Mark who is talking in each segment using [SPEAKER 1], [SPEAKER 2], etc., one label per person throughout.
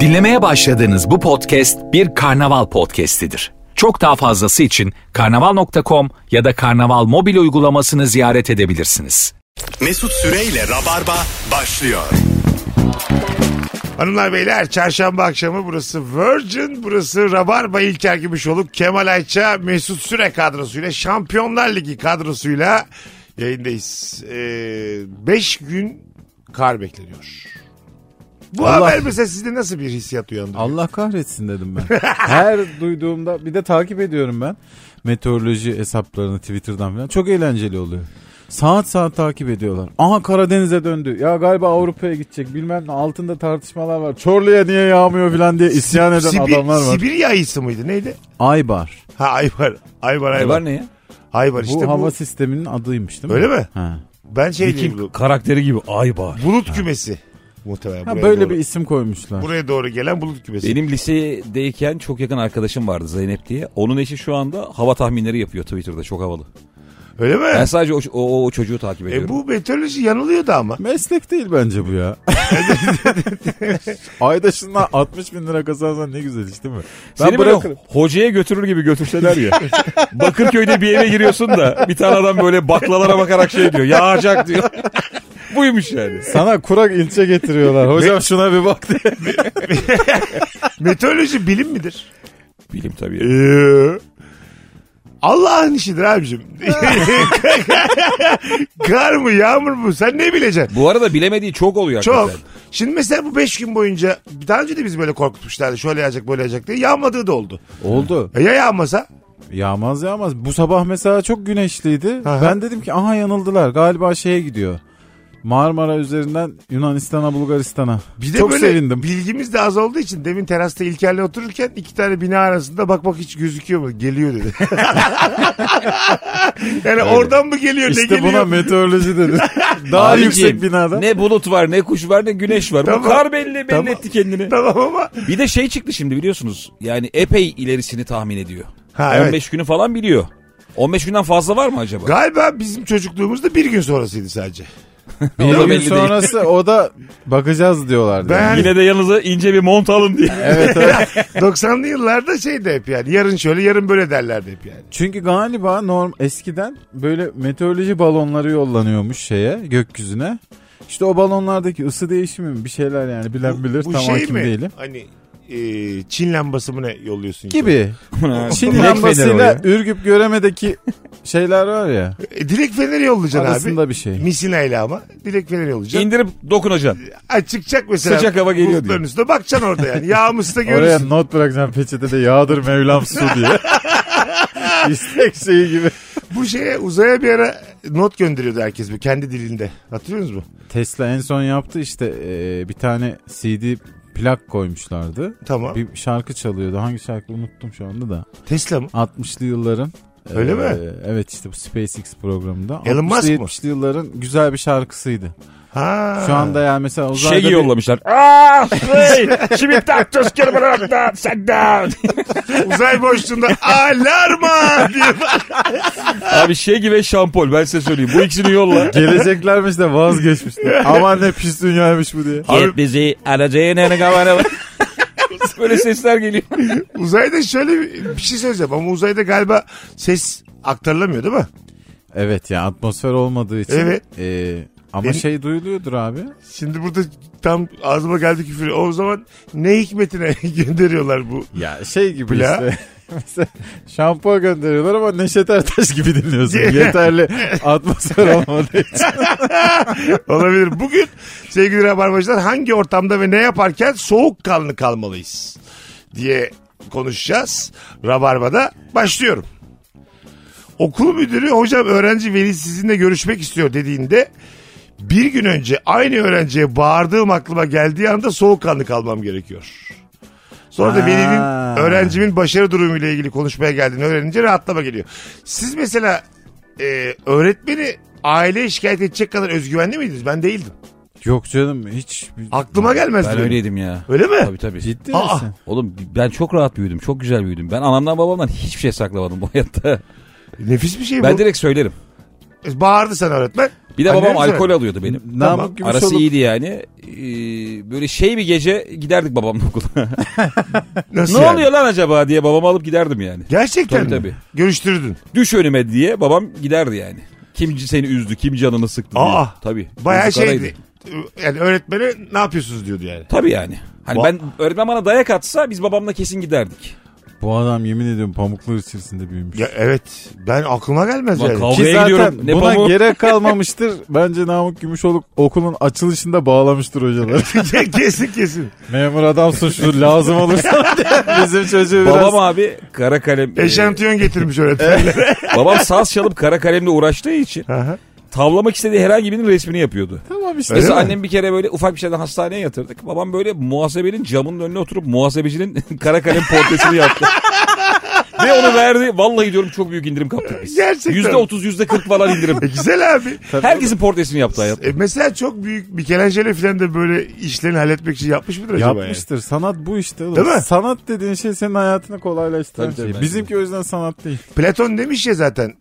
[SPEAKER 1] Dinlemeye başladığınız bu podcast bir karnaval podcastidir. Çok daha fazlası için karnaval.com ya da karnaval mobil uygulamasını ziyaret edebilirsiniz.
[SPEAKER 2] Mesut Süreyle Rabarba başlıyor.
[SPEAKER 3] Hanımlar beyler çarşamba akşamı burası Virgin, burası Rabarba İlker Gümüşoluk, Kemal Ayça, Mesut Süre kadrosuyla Şampiyonlar Ligi kadrosuyla yayındayız. 5 gün kar bekleniyor. Bu
[SPEAKER 4] Allah-
[SPEAKER 3] haber mesela sizde nasıl bir hissiyat uyandırıyor?
[SPEAKER 4] Allah kahretsin dedim ben. Her duyduğumda bir de takip ediyorum ben. Meteoroloji hesaplarını Twitter'dan falan. Çok eğlenceli oluyor. Saat saat takip ediyorlar. Aha Karadeniz'e döndü. Ya galiba Avrupa'ya gidecek bilmem ne. Altında tartışmalar var. Çorlu'ya niye yağmıyor falan diye isyan eden
[SPEAKER 3] Sibir-
[SPEAKER 4] adamlar var.
[SPEAKER 3] Sibirya ayısı mıydı neydi?
[SPEAKER 4] Aybar.
[SPEAKER 3] Ha Aybar. Aybar Aybar.
[SPEAKER 5] Var ne ya?
[SPEAKER 3] Aybar işte
[SPEAKER 4] bu
[SPEAKER 3] bu.
[SPEAKER 4] hava sisteminin adıymış değil mi?
[SPEAKER 3] Öyle mi?
[SPEAKER 4] Ha.
[SPEAKER 3] Ben şey diyeyim.
[SPEAKER 5] Viking
[SPEAKER 3] bu.
[SPEAKER 5] karakteri gibi Aybar.
[SPEAKER 3] Bulut kümesi. Muhtemelen.
[SPEAKER 4] Ha,
[SPEAKER 3] buraya
[SPEAKER 4] böyle
[SPEAKER 3] doğru-
[SPEAKER 4] bir isim koymuşlar.
[SPEAKER 3] Buraya doğru gelen bulut kümesi.
[SPEAKER 5] Benim lisedeyken çok yakın arkadaşım vardı Zeynep diye. Onun eşi şu anda hava tahminleri yapıyor Twitter'da çok havalı.
[SPEAKER 3] Öyle mi?
[SPEAKER 5] Ben sadece o, o, o çocuğu takip ediyorum.
[SPEAKER 3] E bu meteoroloji yanılıyordu ama.
[SPEAKER 4] Meslek değil bence bu ya. Ayda şundan 60 bin lira kazansan ne güzel iş değil mi? Ben
[SPEAKER 5] Seni
[SPEAKER 4] bırakırım.
[SPEAKER 5] böyle hocaya götürür gibi götürseler ya. Bakırköy'de bir eve giriyorsun da bir tane adam böyle baklalara bakarak şey diyor. Yağacak diyor. Buymuş yani.
[SPEAKER 4] Sana kurak ilçe getiriyorlar. Hocam şuna bir bak diye.
[SPEAKER 3] Meteoroloji bilim midir?
[SPEAKER 5] Bilim tabii.
[SPEAKER 3] Ee, Allah'ın işidir abicim. Kar mı yağmur mu sen ne bileceksin?
[SPEAKER 5] Bu arada bilemediği çok oluyor
[SPEAKER 3] Çok.
[SPEAKER 5] hakikaten.
[SPEAKER 3] Şimdi mesela bu 5 gün boyunca daha önce de biz böyle korkutmuşlardı. Şöyle yağacak böyle yağacak diye. Yağmadığı da oldu.
[SPEAKER 4] Oldu.
[SPEAKER 3] E ya yağmasa?
[SPEAKER 4] Yağmaz yağmaz. Bu sabah mesela çok güneşliydi.
[SPEAKER 3] Aha.
[SPEAKER 4] Ben dedim ki aha yanıldılar. Galiba şeye gidiyor. Marmara üzerinden Yunanistan'a Bulgaristan'a.
[SPEAKER 3] Bir de
[SPEAKER 4] çok
[SPEAKER 3] böyle
[SPEAKER 4] sevindim.
[SPEAKER 3] bilgimiz de az olduğu için demin terasta İlker'le otururken iki tane bina arasında bak bak hiç gözüküyor mu? Geliyor dedi. yani oradan mı geliyor ne
[SPEAKER 4] İşte
[SPEAKER 3] geliyor?
[SPEAKER 4] buna meteoroloji dedi. Daha
[SPEAKER 5] Abiciğim,
[SPEAKER 4] yüksek binada.
[SPEAKER 5] Ne bulut var ne kuş var ne güneş var.
[SPEAKER 3] Tamam.
[SPEAKER 5] Bu kar belli belli
[SPEAKER 3] Tamam.
[SPEAKER 5] etti kendini.
[SPEAKER 3] Tamam ama.
[SPEAKER 5] Bir de şey çıktı şimdi biliyorsunuz. Yani epey ilerisini tahmin ediyor.
[SPEAKER 3] Ha, evet.
[SPEAKER 5] 15 günü falan biliyor. 15 günden fazla var mı acaba?
[SPEAKER 3] Galiba bizim çocukluğumuzda bir gün sonrasıydı sadece.
[SPEAKER 4] Bir
[SPEAKER 5] O da
[SPEAKER 4] gün
[SPEAKER 5] belli değil.
[SPEAKER 4] sonrası o da bakacağız diyorlardı.
[SPEAKER 3] Ben
[SPEAKER 4] Yani.
[SPEAKER 5] Yine de yanınıza ince bir mont alın diye.
[SPEAKER 4] Evet evet.
[SPEAKER 3] 90'lı yıllarda şeydi hep yani. Yarın şöyle yarın böyle derlerdi hep yani.
[SPEAKER 4] Çünkü galiba norm eskiden böyle meteoroloji balonları yollanıyormuş şeye gökyüzüne. İşte o balonlardaki ısı değişimi mi bir şeyler yani bilen bilir tam hakim değilim.
[SPEAKER 3] Hani e, Çin lambası mı ne yolluyorsun?
[SPEAKER 4] Gibi. Çin
[SPEAKER 5] Direkt feneri o
[SPEAKER 4] lambasıyla
[SPEAKER 5] ya.
[SPEAKER 4] Ürgüp Göreme'deki şeyler var ya.
[SPEAKER 3] E, dilek feneri yollayacaksın
[SPEAKER 4] Arasında
[SPEAKER 3] abi.
[SPEAKER 4] bir şey.
[SPEAKER 3] Misina ile ama. Dilek feneri yollayacaksın.
[SPEAKER 5] İndirip dokunacaksın.
[SPEAKER 3] Ha, çıkacak mesela.
[SPEAKER 5] Sıcak hava geliyor
[SPEAKER 3] bulutların
[SPEAKER 5] diyor.
[SPEAKER 3] üstüne bakacaksın orada yani. Yağmışsa
[SPEAKER 4] Oraya
[SPEAKER 3] görürsün.
[SPEAKER 4] not bırakacağım peçete de yağdır Mevlam su diye. İstek şey- şeyi gibi.
[SPEAKER 3] Bu şeye uzaya bir ara not gönderiyordu herkes bu kendi dilinde. Hatırlıyor musunuz bu?
[SPEAKER 4] Tesla en son yaptı işte e, bir tane CD plak koymuşlardı.
[SPEAKER 3] Tamam.
[SPEAKER 4] Bir şarkı çalıyordu. Hangi şarkı unuttum şu anda da.
[SPEAKER 3] Tesla mı?
[SPEAKER 4] 60'lı yılların.
[SPEAKER 3] Öyle
[SPEAKER 4] e,
[SPEAKER 3] mi?
[SPEAKER 4] Evet işte bu SpaceX programında.
[SPEAKER 3] Elon Musk
[SPEAKER 4] 60'lı
[SPEAKER 3] mı?
[SPEAKER 4] 70'li yılların güzel bir şarkısıydı.
[SPEAKER 3] Ha.
[SPEAKER 4] Şu anda yani mesela uzayda
[SPEAKER 5] şey
[SPEAKER 4] bir-
[SPEAKER 5] yollamışlar. Ah, Şimdi taktız kırmızı senden.
[SPEAKER 3] uzay boşluğunda alarma diye
[SPEAKER 5] Abi şey gibi şampol ben size söyleyeyim. Bu ikisini yolla.
[SPEAKER 4] geleceklermiş de vazgeçmişler. Aman ne pis dünyaymış bu diye.
[SPEAKER 5] Git bizi alacağın en Böyle sesler geliyor.
[SPEAKER 3] Uzayda şöyle bir- bir şey söyleyeceğim ama uzayda galiba ses aktarılamıyor değil mi?
[SPEAKER 4] Evet ya atmosfer olmadığı için.
[SPEAKER 3] Evet.
[SPEAKER 4] e, ama
[SPEAKER 3] Benim-
[SPEAKER 4] şey duyuluyordur abi.
[SPEAKER 3] Şimdi burada tam ağzıma geldi küfür. O zaman ne hikmetine gönderiyorlar bu?
[SPEAKER 4] Ya şey gibi
[SPEAKER 3] Bla.
[SPEAKER 4] işte. Mesela şampuan gönderiyorlar ama Neşet Ertaş gibi dinliyorsun. Yeterli atmosfer olmadığı için.
[SPEAKER 3] Olabilir. Bugün sevgili Rabarbacılar hangi ortamda ve ne yaparken soğukkanlı kalmalıyız diye konuşacağız. Rabarba'da başlıyorum. Okul müdürü hocam öğrenci veli sizinle görüşmek istiyor dediğinde bir gün önce aynı öğrenciye bağırdığım aklıma geldiği anda soğukkanlı kalmam gerekiyor. Sonra da
[SPEAKER 4] Ha.
[SPEAKER 3] velinin öğrencimin başarı durumuyla ilgili konuşmaya geldiğini öğrenince rahatlama geliyor. Siz mesela e, öğretmeni aileye şikayet edecek kadar özgüvenli miydiniz? Ben değildim.
[SPEAKER 4] Yok canım hiç.
[SPEAKER 3] Aklıma gelmezdi.
[SPEAKER 5] Ben
[SPEAKER 3] benim.
[SPEAKER 5] öyleydim ya.
[SPEAKER 3] Öyle mi?
[SPEAKER 5] Tabii tabii.
[SPEAKER 4] Ciddi
[SPEAKER 3] Aa.
[SPEAKER 4] misin?
[SPEAKER 5] Oğlum ben çok rahat büyüdüm. Çok güzel büyüdüm. Ben anamdan babamdan hiçbir şey saklamadım bu hayatta.
[SPEAKER 3] Nefis bir şey bu.
[SPEAKER 5] Ben direkt söylerim.
[SPEAKER 3] Bağırdı sana öğretmen.
[SPEAKER 5] Bir de
[SPEAKER 3] Annem
[SPEAKER 5] babam
[SPEAKER 3] mi?
[SPEAKER 5] alkol alıyordu benim.
[SPEAKER 4] Namık
[SPEAKER 3] Tamam.
[SPEAKER 4] gibi
[SPEAKER 5] Arası
[SPEAKER 4] soluk.
[SPEAKER 5] iyiydi yani. Ee, böyle şey bir gece giderdik babamla okula.
[SPEAKER 3] Nasıl
[SPEAKER 5] ne
[SPEAKER 3] yani?
[SPEAKER 5] oluyor lan acaba diye babamı alıp giderdim yani.
[SPEAKER 3] Gerçekten
[SPEAKER 5] Tabii,
[SPEAKER 3] mi?
[SPEAKER 5] tabii.
[SPEAKER 3] Görüştürdün.
[SPEAKER 5] Düş önüme diye babam giderdi yani. Kim seni üzdü, kim canını sıktı diye.
[SPEAKER 3] Aa.
[SPEAKER 5] Tabii.
[SPEAKER 3] Bayağı
[SPEAKER 5] Yazık araydı.
[SPEAKER 3] şeydi. Yani öğretmeni ne yapıyorsunuz diyordu yani.
[SPEAKER 5] Tabii yani. Hani
[SPEAKER 3] Va-
[SPEAKER 5] ben öğretmen bana dayak atsa biz babamla kesin giderdik.
[SPEAKER 4] Bu adam yemin ediyorum pamuklar içerisinde büyümüş.
[SPEAKER 3] Ya evet ben aklıma gelmez
[SPEAKER 5] Ulan
[SPEAKER 3] yani.
[SPEAKER 5] kavga-
[SPEAKER 4] Ki
[SPEAKER 5] Oraya
[SPEAKER 4] zaten
[SPEAKER 5] gidiyorum. Ne
[SPEAKER 4] buna
[SPEAKER 5] pamuk?
[SPEAKER 4] gerek kalmamıştır. Bence Namık Gümüşoluk okulun açılışında bağlamıştır hocalar.
[SPEAKER 3] kesin kesin.
[SPEAKER 4] Memur adamsın şu lazım olursa diye. bizim çocuğu biraz.
[SPEAKER 5] Babam abi kara kalem. e,
[SPEAKER 3] Eşantiyon getirmiş öğretmenler.
[SPEAKER 5] babam saz çalıp kara kalemle uğraştığı için
[SPEAKER 3] Aha.
[SPEAKER 5] tavlamak istediği herhangi birinin resmini yapıyordu.
[SPEAKER 4] Tamam işte.
[SPEAKER 3] Öyle
[SPEAKER 5] Mesela
[SPEAKER 3] mi?
[SPEAKER 5] annem bir kere böyle ufak bir şeyden hastaneye yatırdık. Babam böyle muhasebenin camının önüne oturup muhasebecinin kara kalem portresini yaptı. Ve onu verdi. Vallahi diyorum çok büyük indirim kaptık biz.
[SPEAKER 3] Gerçekten.
[SPEAKER 5] Yüzde otuz, yüzde kırk falan indirim.
[SPEAKER 3] E, güzel abi.
[SPEAKER 5] Herkesin portresini yaptı hayat.
[SPEAKER 3] E, mesela çok büyük Michelangelo falan da böyle işlerini halletmek için yapmış mıdır acaba? yani?
[SPEAKER 4] Yapmıştır. Sanat bu işte oğlum.
[SPEAKER 3] Değil mi?
[SPEAKER 4] Sanat dediğin şey senin hayatını kolaylaştıran
[SPEAKER 5] Tabii, tabii,
[SPEAKER 4] şey.
[SPEAKER 5] bence
[SPEAKER 4] Bizimki o yüzden sanat değil.
[SPEAKER 3] Platon demiş ya zaten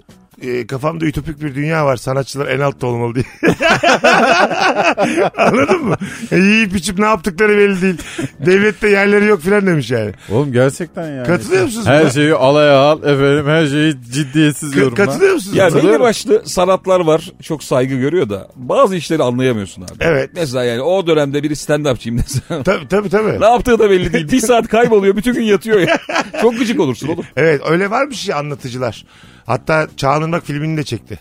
[SPEAKER 3] e, kafamda ütopik bir dünya var sanatçılar en altta olmalı diye. Anladın mı? E, yiyip içip ne yaptıkları belli değil. Devlette yerleri yok filan demiş yani.
[SPEAKER 4] Oğlum gerçekten yani.
[SPEAKER 3] Katılıyor musunuz
[SPEAKER 4] Her şey
[SPEAKER 3] buna?
[SPEAKER 4] şeyi alaya al efendim her şeyi ciddiyetsiz
[SPEAKER 3] Ka-
[SPEAKER 4] yorumla.
[SPEAKER 3] katılıyor musunuz?
[SPEAKER 5] Ya
[SPEAKER 3] buna?
[SPEAKER 5] belli başlı sanatlar var. Çok saygı görüyor da bazı işleri anlayamıyorsun abi.
[SPEAKER 3] Evet.
[SPEAKER 5] Mesela yani o dönemde biri stand-upçıyım desen.
[SPEAKER 3] Tabii tabii tabii.
[SPEAKER 5] ne yaptığı da belli değil. Bir saat kayboluyor bütün gün yatıyor ya. Çok gıcık olursun oğlum.
[SPEAKER 3] Evet öyle varmış ya anlatıcılar. Hatta Çağınırmak filmini de çekti.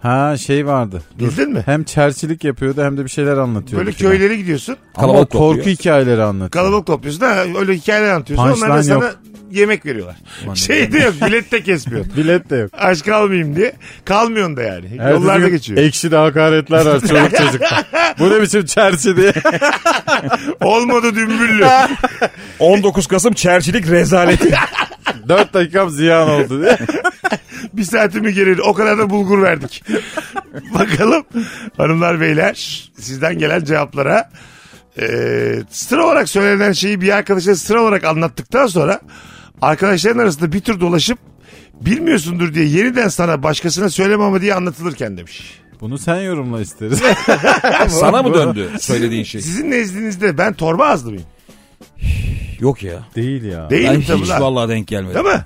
[SPEAKER 4] Ha şey vardı.
[SPEAKER 3] Bildin mi?
[SPEAKER 4] Hem çerçilik yapıyordu hem de bir şeyler anlatıyordu.
[SPEAKER 3] Böyle
[SPEAKER 4] filan.
[SPEAKER 3] köylere gidiyorsun.
[SPEAKER 4] Ama
[SPEAKER 5] Kalabalık
[SPEAKER 4] o korku
[SPEAKER 5] topluyor.
[SPEAKER 4] hikayeleri anlatıyor.
[SPEAKER 3] Kalabalık topluyorsun. Ha, öyle hikayeler anlatıyorsun. Onlar da
[SPEAKER 4] Punchline
[SPEAKER 3] sana yemek veriyorlar. şey de yok. Bilet de kesmiyor.
[SPEAKER 4] Bilet de yok.
[SPEAKER 3] Aç kalmayayım diye. Kalmıyorsun da yani.
[SPEAKER 4] Ertesi
[SPEAKER 3] Yollarda
[SPEAKER 4] gün
[SPEAKER 3] geçiyor.
[SPEAKER 4] Ekşi de hakaretler var çocuk çocukta. Bu ne biçim çerçi diye.
[SPEAKER 3] Olmadı dümbüllü.
[SPEAKER 5] 19 Kasım çerçilik rezaleti.
[SPEAKER 4] Dört dakikam ziyan oldu diye.
[SPEAKER 3] Bir saatimi geri o kadar da bulgur verdik. Bakalım hanımlar beyler sizden gelen cevaplara Ee, sıra olarak söylenen şeyi bir arkadaşa sıra olarak anlattıktan sonra arkadaşların arasında bir tur dolaşıp bilmiyorsundur diye yeniden sana başkasına söyleme ama diye anlatılırken demiş.
[SPEAKER 4] Bunu sen yorumla isteriz.
[SPEAKER 5] Sana mı döndü söylediğin şey?
[SPEAKER 3] Sizin nezdinizde ben torba azlı mıyım?
[SPEAKER 5] Yok ya.
[SPEAKER 4] Değil ya.
[SPEAKER 5] Ben
[SPEAKER 3] Değilim
[SPEAKER 5] hiç
[SPEAKER 3] tabii lan.
[SPEAKER 5] vallahi denk gelmedi.
[SPEAKER 3] Değil mi?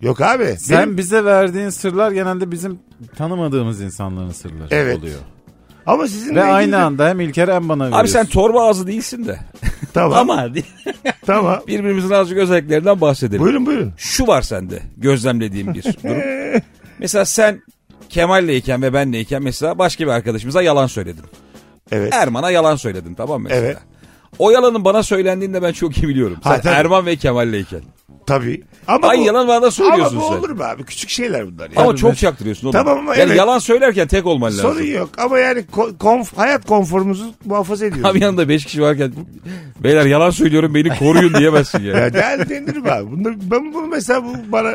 [SPEAKER 3] Yok abi.
[SPEAKER 4] Sen
[SPEAKER 3] Benim-
[SPEAKER 4] bize verdiğin sırlar genelde bizim tanımadığımız insanların sırları
[SPEAKER 3] Evet.
[SPEAKER 4] oluyor.
[SPEAKER 3] ama sizinle
[SPEAKER 4] Ve
[SPEAKER 3] ilgili
[SPEAKER 4] aynı
[SPEAKER 3] de-
[SPEAKER 4] anda hem İlker hem bana veriyorsun.
[SPEAKER 5] Abi sen torba ağzı değilsin de.
[SPEAKER 3] Tamam.
[SPEAKER 5] Ama
[SPEAKER 3] Tamam.
[SPEAKER 5] birbirimizin azıcık özelliklerinden bahsedelim.
[SPEAKER 3] Buyurun buyurun.
[SPEAKER 5] Şu var sende gözlemlediğim bir durum. Mesela sen Kemal'leyken ve benleyken mesela başka bir arkadaşımıza yalan söyledin.
[SPEAKER 3] Evet.
[SPEAKER 5] Erman'a yalan söyledin tamam mı? mesela?
[SPEAKER 3] Evet.
[SPEAKER 5] O yalanın bana söylendiğini de ben çok iyi biliyorum.
[SPEAKER 3] Ha,
[SPEAKER 5] Sen
[SPEAKER 3] tabii.
[SPEAKER 5] Erman ve Kemal'leyken.
[SPEAKER 3] Tabii. Ama
[SPEAKER 5] Ay
[SPEAKER 3] bu-
[SPEAKER 5] yalan bana söylüyorsun
[SPEAKER 3] Ama bu
[SPEAKER 5] sen.
[SPEAKER 3] olur mu abi? Küçük şeyler bunlar. Yani.
[SPEAKER 5] Ama
[SPEAKER 4] Abi
[SPEAKER 5] çok
[SPEAKER 4] mes-
[SPEAKER 5] çaktırıyorsun oğlum.
[SPEAKER 3] Tamam ama
[SPEAKER 5] yani
[SPEAKER 3] evet.
[SPEAKER 5] yalan söylerken tek olman lazım.
[SPEAKER 3] Sorun yok ama yani ko- konf- hayat konforumuzu muhafaza ediyoruz.
[SPEAKER 5] Abi yanında 5 kişi varken beyler yalan söylüyorum beni koruyun diyemezsin ya.
[SPEAKER 3] Ya gel denir mi abi? Bunlar, ben bunu mesela bu bana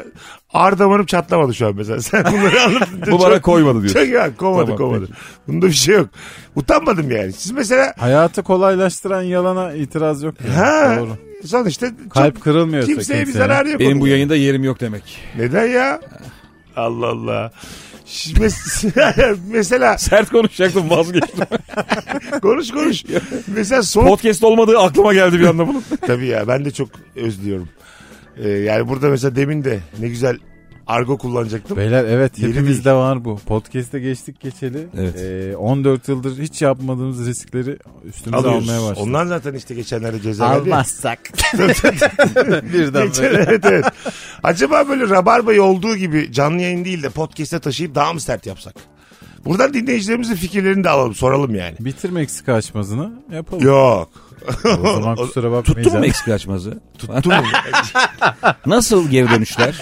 [SPEAKER 3] ağır damarım çatlamadı şu an mesela. Sen bunları anlatınca
[SPEAKER 5] Bu bana
[SPEAKER 3] çok-
[SPEAKER 5] koymadı diyorsun.
[SPEAKER 3] Çok ya koymadı
[SPEAKER 5] Tamam,
[SPEAKER 3] koymadı. Bunda bir şey yok. Utanmadım yani. Siz mesela
[SPEAKER 4] Hayatı kolaylaştıran yalana itiraz yok. yani.
[SPEAKER 3] ha
[SPEAKER 4] Doğru.
[SPEAKER 3] sonuçta çok-
[SPEAKER 4] Kalp kırılmıyorsa
[SPEAKER 3] kimseye bir
[SPEAKER 4] kimsenin.
[SPEAKER 3] zararı yok.
[SPEAKER 5] Benim
[SPEAKER 3] onun
[SPEAKER 5] bu
[SPEAKER 3] yani.
[SPEAKER 5] yayında yerim yok demek.
[SPEAKER 3] Neden ya? Allah Allah. Şimdi mes- mesela
[SPEAKER 5] Sert konuşacaktım vazgeçtim.
[SPEAKER 3] konuş konuş. Mesela soğuk
[SPEAKER 5] Podcast olmadığı aklıma geldi bir anda bunun.
[SPEAKER 3] Tabii ya ben de çok özlüyorum. Ee, yani burada mesela demin de ne güzel argo kullanacaktım.
[SPEAKER 4] Beyler evet
[SPEAKER 3] Yeri
[SPEAKER 4] hepimizde var bu. Podcast'e geçtik geçeli.
[SPEAKER 5] Evet.
[SPEAKER 4] Ee, 14 yıldır hiç yapmadığımız riskleri üstümüze
[SPEAKER 3] Alıyoruz.
[SPEAKER 4] almaya başladık.
[SPEAKER 3] Ondan zaten işte geçenlerde ceza verdi. ya.
[SPEAKER 4] Birden
[SPEAKER 3] Geçen- evet, evet. Acaba böyle rabarbayı olduğu gibi canlı yayın değil de podcast'e taşıyıp daha mı sert yapsak? Buradan dinleyicilerimizin fikirlerini de alalım soralım yani.
[SPEAKER 4] Bitir Meksika açmazını yapalım.
[SPEAKER 3] Yok.
[SPEAKER 4] O zaman kusura bakmayın.
[SPEAKER 5] Tuttu mu eksik açmazı? Tuttu mu? Nasıl geri dönüşler?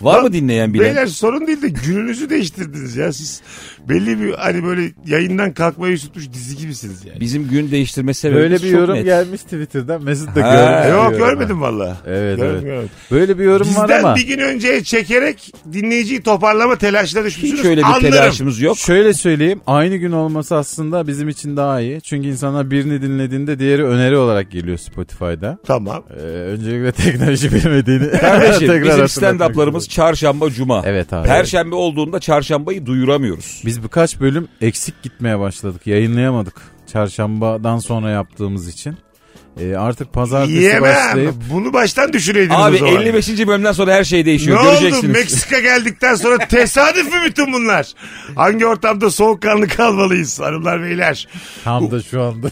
[SPEAKER 5] Var mı dinleyen bilen?
[SPEAKER 3] Beyler sorun değil de gününüzü değiştirdiniz ya siz. Belli bir hani böyle yayından kalkmayı tutmuş dizi gibisiniz yani.
[SPEAKER 5] Bizim gün değiştirme sebebimiz
[SPEAKER 4] Böyle bir
[SPEAKER 5] çok
[SPEAKER 4] yorum
[SPEAKER 5] net.
[SPEAKER 4] gelmiş Twitter'dan. Mesut da
[SPEAKER 5] Ha,
[SPEAKER 4] görmüş.
[SPEAKER 3] Yok
[SPEAKER 4] diyorum
[SPEAKER 3] görmedim valla.
[SPEAKER 4] ben. Evet
[SPEAKER 3] Görmedim,
[SPEAKER 4] evet.
[SPEAKER 3] görmedim.
[SPEAKER 4] Böyle bir yorum var
[SPEAKER 3] Bizden
[SPEAKER 4] ama.
[SPEAKER 3] bir gün önceye çekerek dinleyiciyi toparlama telaşına düşmüşsünüz.
[SPEAKER 5] Hiç öyle bir
[SPEAKER 3] Anlarım.
[SPEAKER 5] telaşımız yok.
[SPEAKER 4] Şöyle söyleyeyim aynı gün olması aslında bizim için daha iyi. Çünkü insanlar birini dinlediğinde diğeri öneri olarak geliyor Spotify'da.
[SPEAKER 3] Tamam.
[SPEAKER 4] Ee, öncelikle teknoloji bilmediğini
[SPEAKER 5] Kardeşim bizim
[SPEAKER 4] hatırlatmak
[SPEAKER 5] stand-up'larımız şey-
[SPEAKER 4] istiyorum.
[SPEAKER 5] çarşamba cuma.
[SPEAKER 4] Evet abi.
[SPEAKER 5] Perşembe olduğunda çarşambayı duyuramıyoruz.
[SPEAKER 4] Biz birkaç bölüm eksik gitmeye başladık. Yayınlayamadık. Çarşambadan sonra yaptığımız için. Ee, artık pazartesi başlayıp
[SPEAKER 3] Yiyemem. Bunu baştan düşüneydiniz
[SPEAKER 5] Abi
[SPEAKER 3] o zaman.
[SPEAKER 5] 55. bölümden sonra her şey
[SPEAKER 3] Ne
[SPEAKER 5] değişiyor.
[SPEAKER 3] oldu
[SPEAKER 5] Göreceksiniz.
[SPEAKER 3] Meksika geldikten sonra tesadüf mü bütün bunlar? Hangi ortamda soğukkanlı kalmalıyız hanımlar beyler?
[SPEAKER 4] tam da şu anda.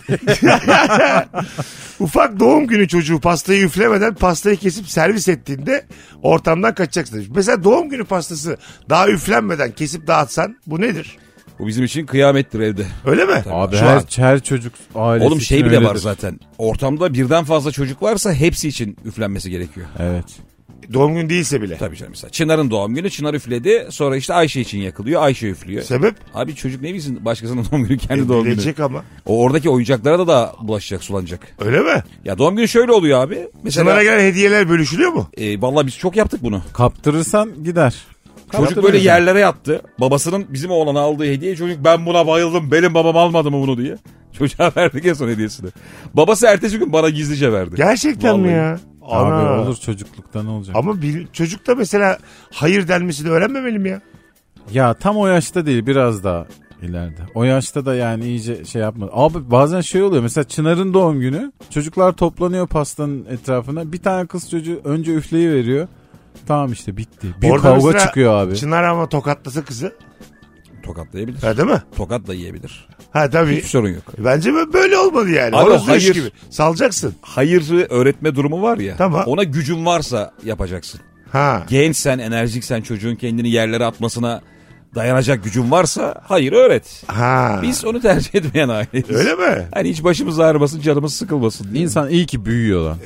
[SPEAKER 3] Ufak doğum günü çocuğu pastayı üflemeden pastayı kesip servis ettiğinde ortamdan kaçacaksın. demiş. Mesela doğum günü pastası daha üflenmeden kesip dağıtsan bu nedir?
[SPEAKER 5] Bu bizim için kıyamettir evde.
[SPEAKER 3] Öyle mi?
[SPEAKER 4] Abi
[SPEAKER 3] Şu
[SPEAKER 4] her,
[SPEAKER 3] an.
[SPEAKER 4] her çocuk ailesi
[SPEAKER 5] Oğlum şey
[SPEAKER 4] için
[SPEAKER 5] bile var
[SPEAKER 4] öyledir.
[SPEAKER 5] zaten. Ortamda birden fazla çocuk varsa hepsi için üflenmesi gerekiyor.
[SPEAKER 4] Evet.
[SPEAKER 3] Doğum günü değilse bile.
[SPEAKER 5] Tabii canım mesela. Çınar'ın doğum günü Çınar üfledi. Sonra işte Ayşe için yakılıyor. Ayşe üflüyor.
[SPEAKER 3] Sebep?
[SPEAKER 5] Abi çocuk ne bilsin başkasının doğum günü kendi
[SPEAKER 3] E,
[SPEAKER 5] doğum günü.
[SPEAKER 3] bilecek ama.
[SPEAKER 5] O oradaki oyuncaklara da da bulaşacak sulanacak.
[SPEAKER 3] Öyle mi?
[SPEAKER 5] Ya doğum günü şöyle oluyor abi.
[SPEAKER 3] Çınara
[SPEAKER 5] Mesela
[SPEAKER 3] gelen hediyeler bölüşülüyor mu?
[SPEAKER 5] e, vallahi biz çok yaptık bunu.
[SPEAKER 4] Kaptırırsan gider.
[SPEAKER 5] Çocuk böyle yerlere yattı. Babasının bizim oğlana aldığı hediye çocuk ben buna bayıldım. Benim babam almadı mı bunu diye. Çocuğa verdik en son hediyesini. Babası ertesi gün bana gizlice verdi.
[SPEAKER 3] Gerçekten mi
[SPEAKER 5] Vallahi.
[SPEAKER 3] ya?
[SPEAKER 4] Abi
[SPEAKER 3] Ana.
[SPEAKER 4] olur çocuklukta ne olacak?
[SPEAKER 3] Ama bil, çocuk da mesela hayır denmesini öğrenmemeli mi ya?
[SPEAKER 4] Ya tam o yaşta değil biraz daha ileride. O yaşta da yani iyice şey yapma. Abi bazen şey oluyor mesela Çınar'ın doğum günü. Çocuklar toplanıyor pastanın etrafına. Bir tane kız çocuğu önce üfleyi veriyor. Tamam işte bitti. Bir
[SPEAKER 3] Orada
[SPEAKER 4] kavga
[SPEAKER 3] mesela
[SPEAKER 4] çıkıyor abi.
[SPEAKER 3] Çınar ama tokatlasa kızı.
[SPEAKER 5] Tokatlayabilir.
[SPEAKER 3] Ha değil mi?
[SPEAKER 5] Tokat da yiyebilir.
[SPEAKER 3] Ha tabii.
[SPEAKER 5] Hiç sorun yok.
[SPEAKER 3] Bence bö- böyle olmalı yani.
[SPEAKER 5] Abi
[SPEAKER 3] Orası hayır.
[SPEAKER 5] hayır.
[SPEAKER 3] gibi. Salacaksın.
[SPEAKER 5] Hayırı öğretme durumu var ya.
[SPEAKER 3] Tamam.
[SPEAKER 5] Ona gücün varsa yapacaksın.
[SPEAKER 3] Ha.
[SPEAKER 5] Gençsen, enerjiksen çocuğun kendini yerlere atmasına dayanacak gücün varsa hayır öğret.
[SPEAKER 3] Ha.
[SPEAKER 5] Biz onu tercih etmeyen aileyiz.
[SPEAKER 3] Öyle mi?
[SPEAKER 5] Hani hiç başımız ağrımasın, canımız sıkılmasın. diye.
[SPEAKER 4] İnsan iyi ki büyüyor lan.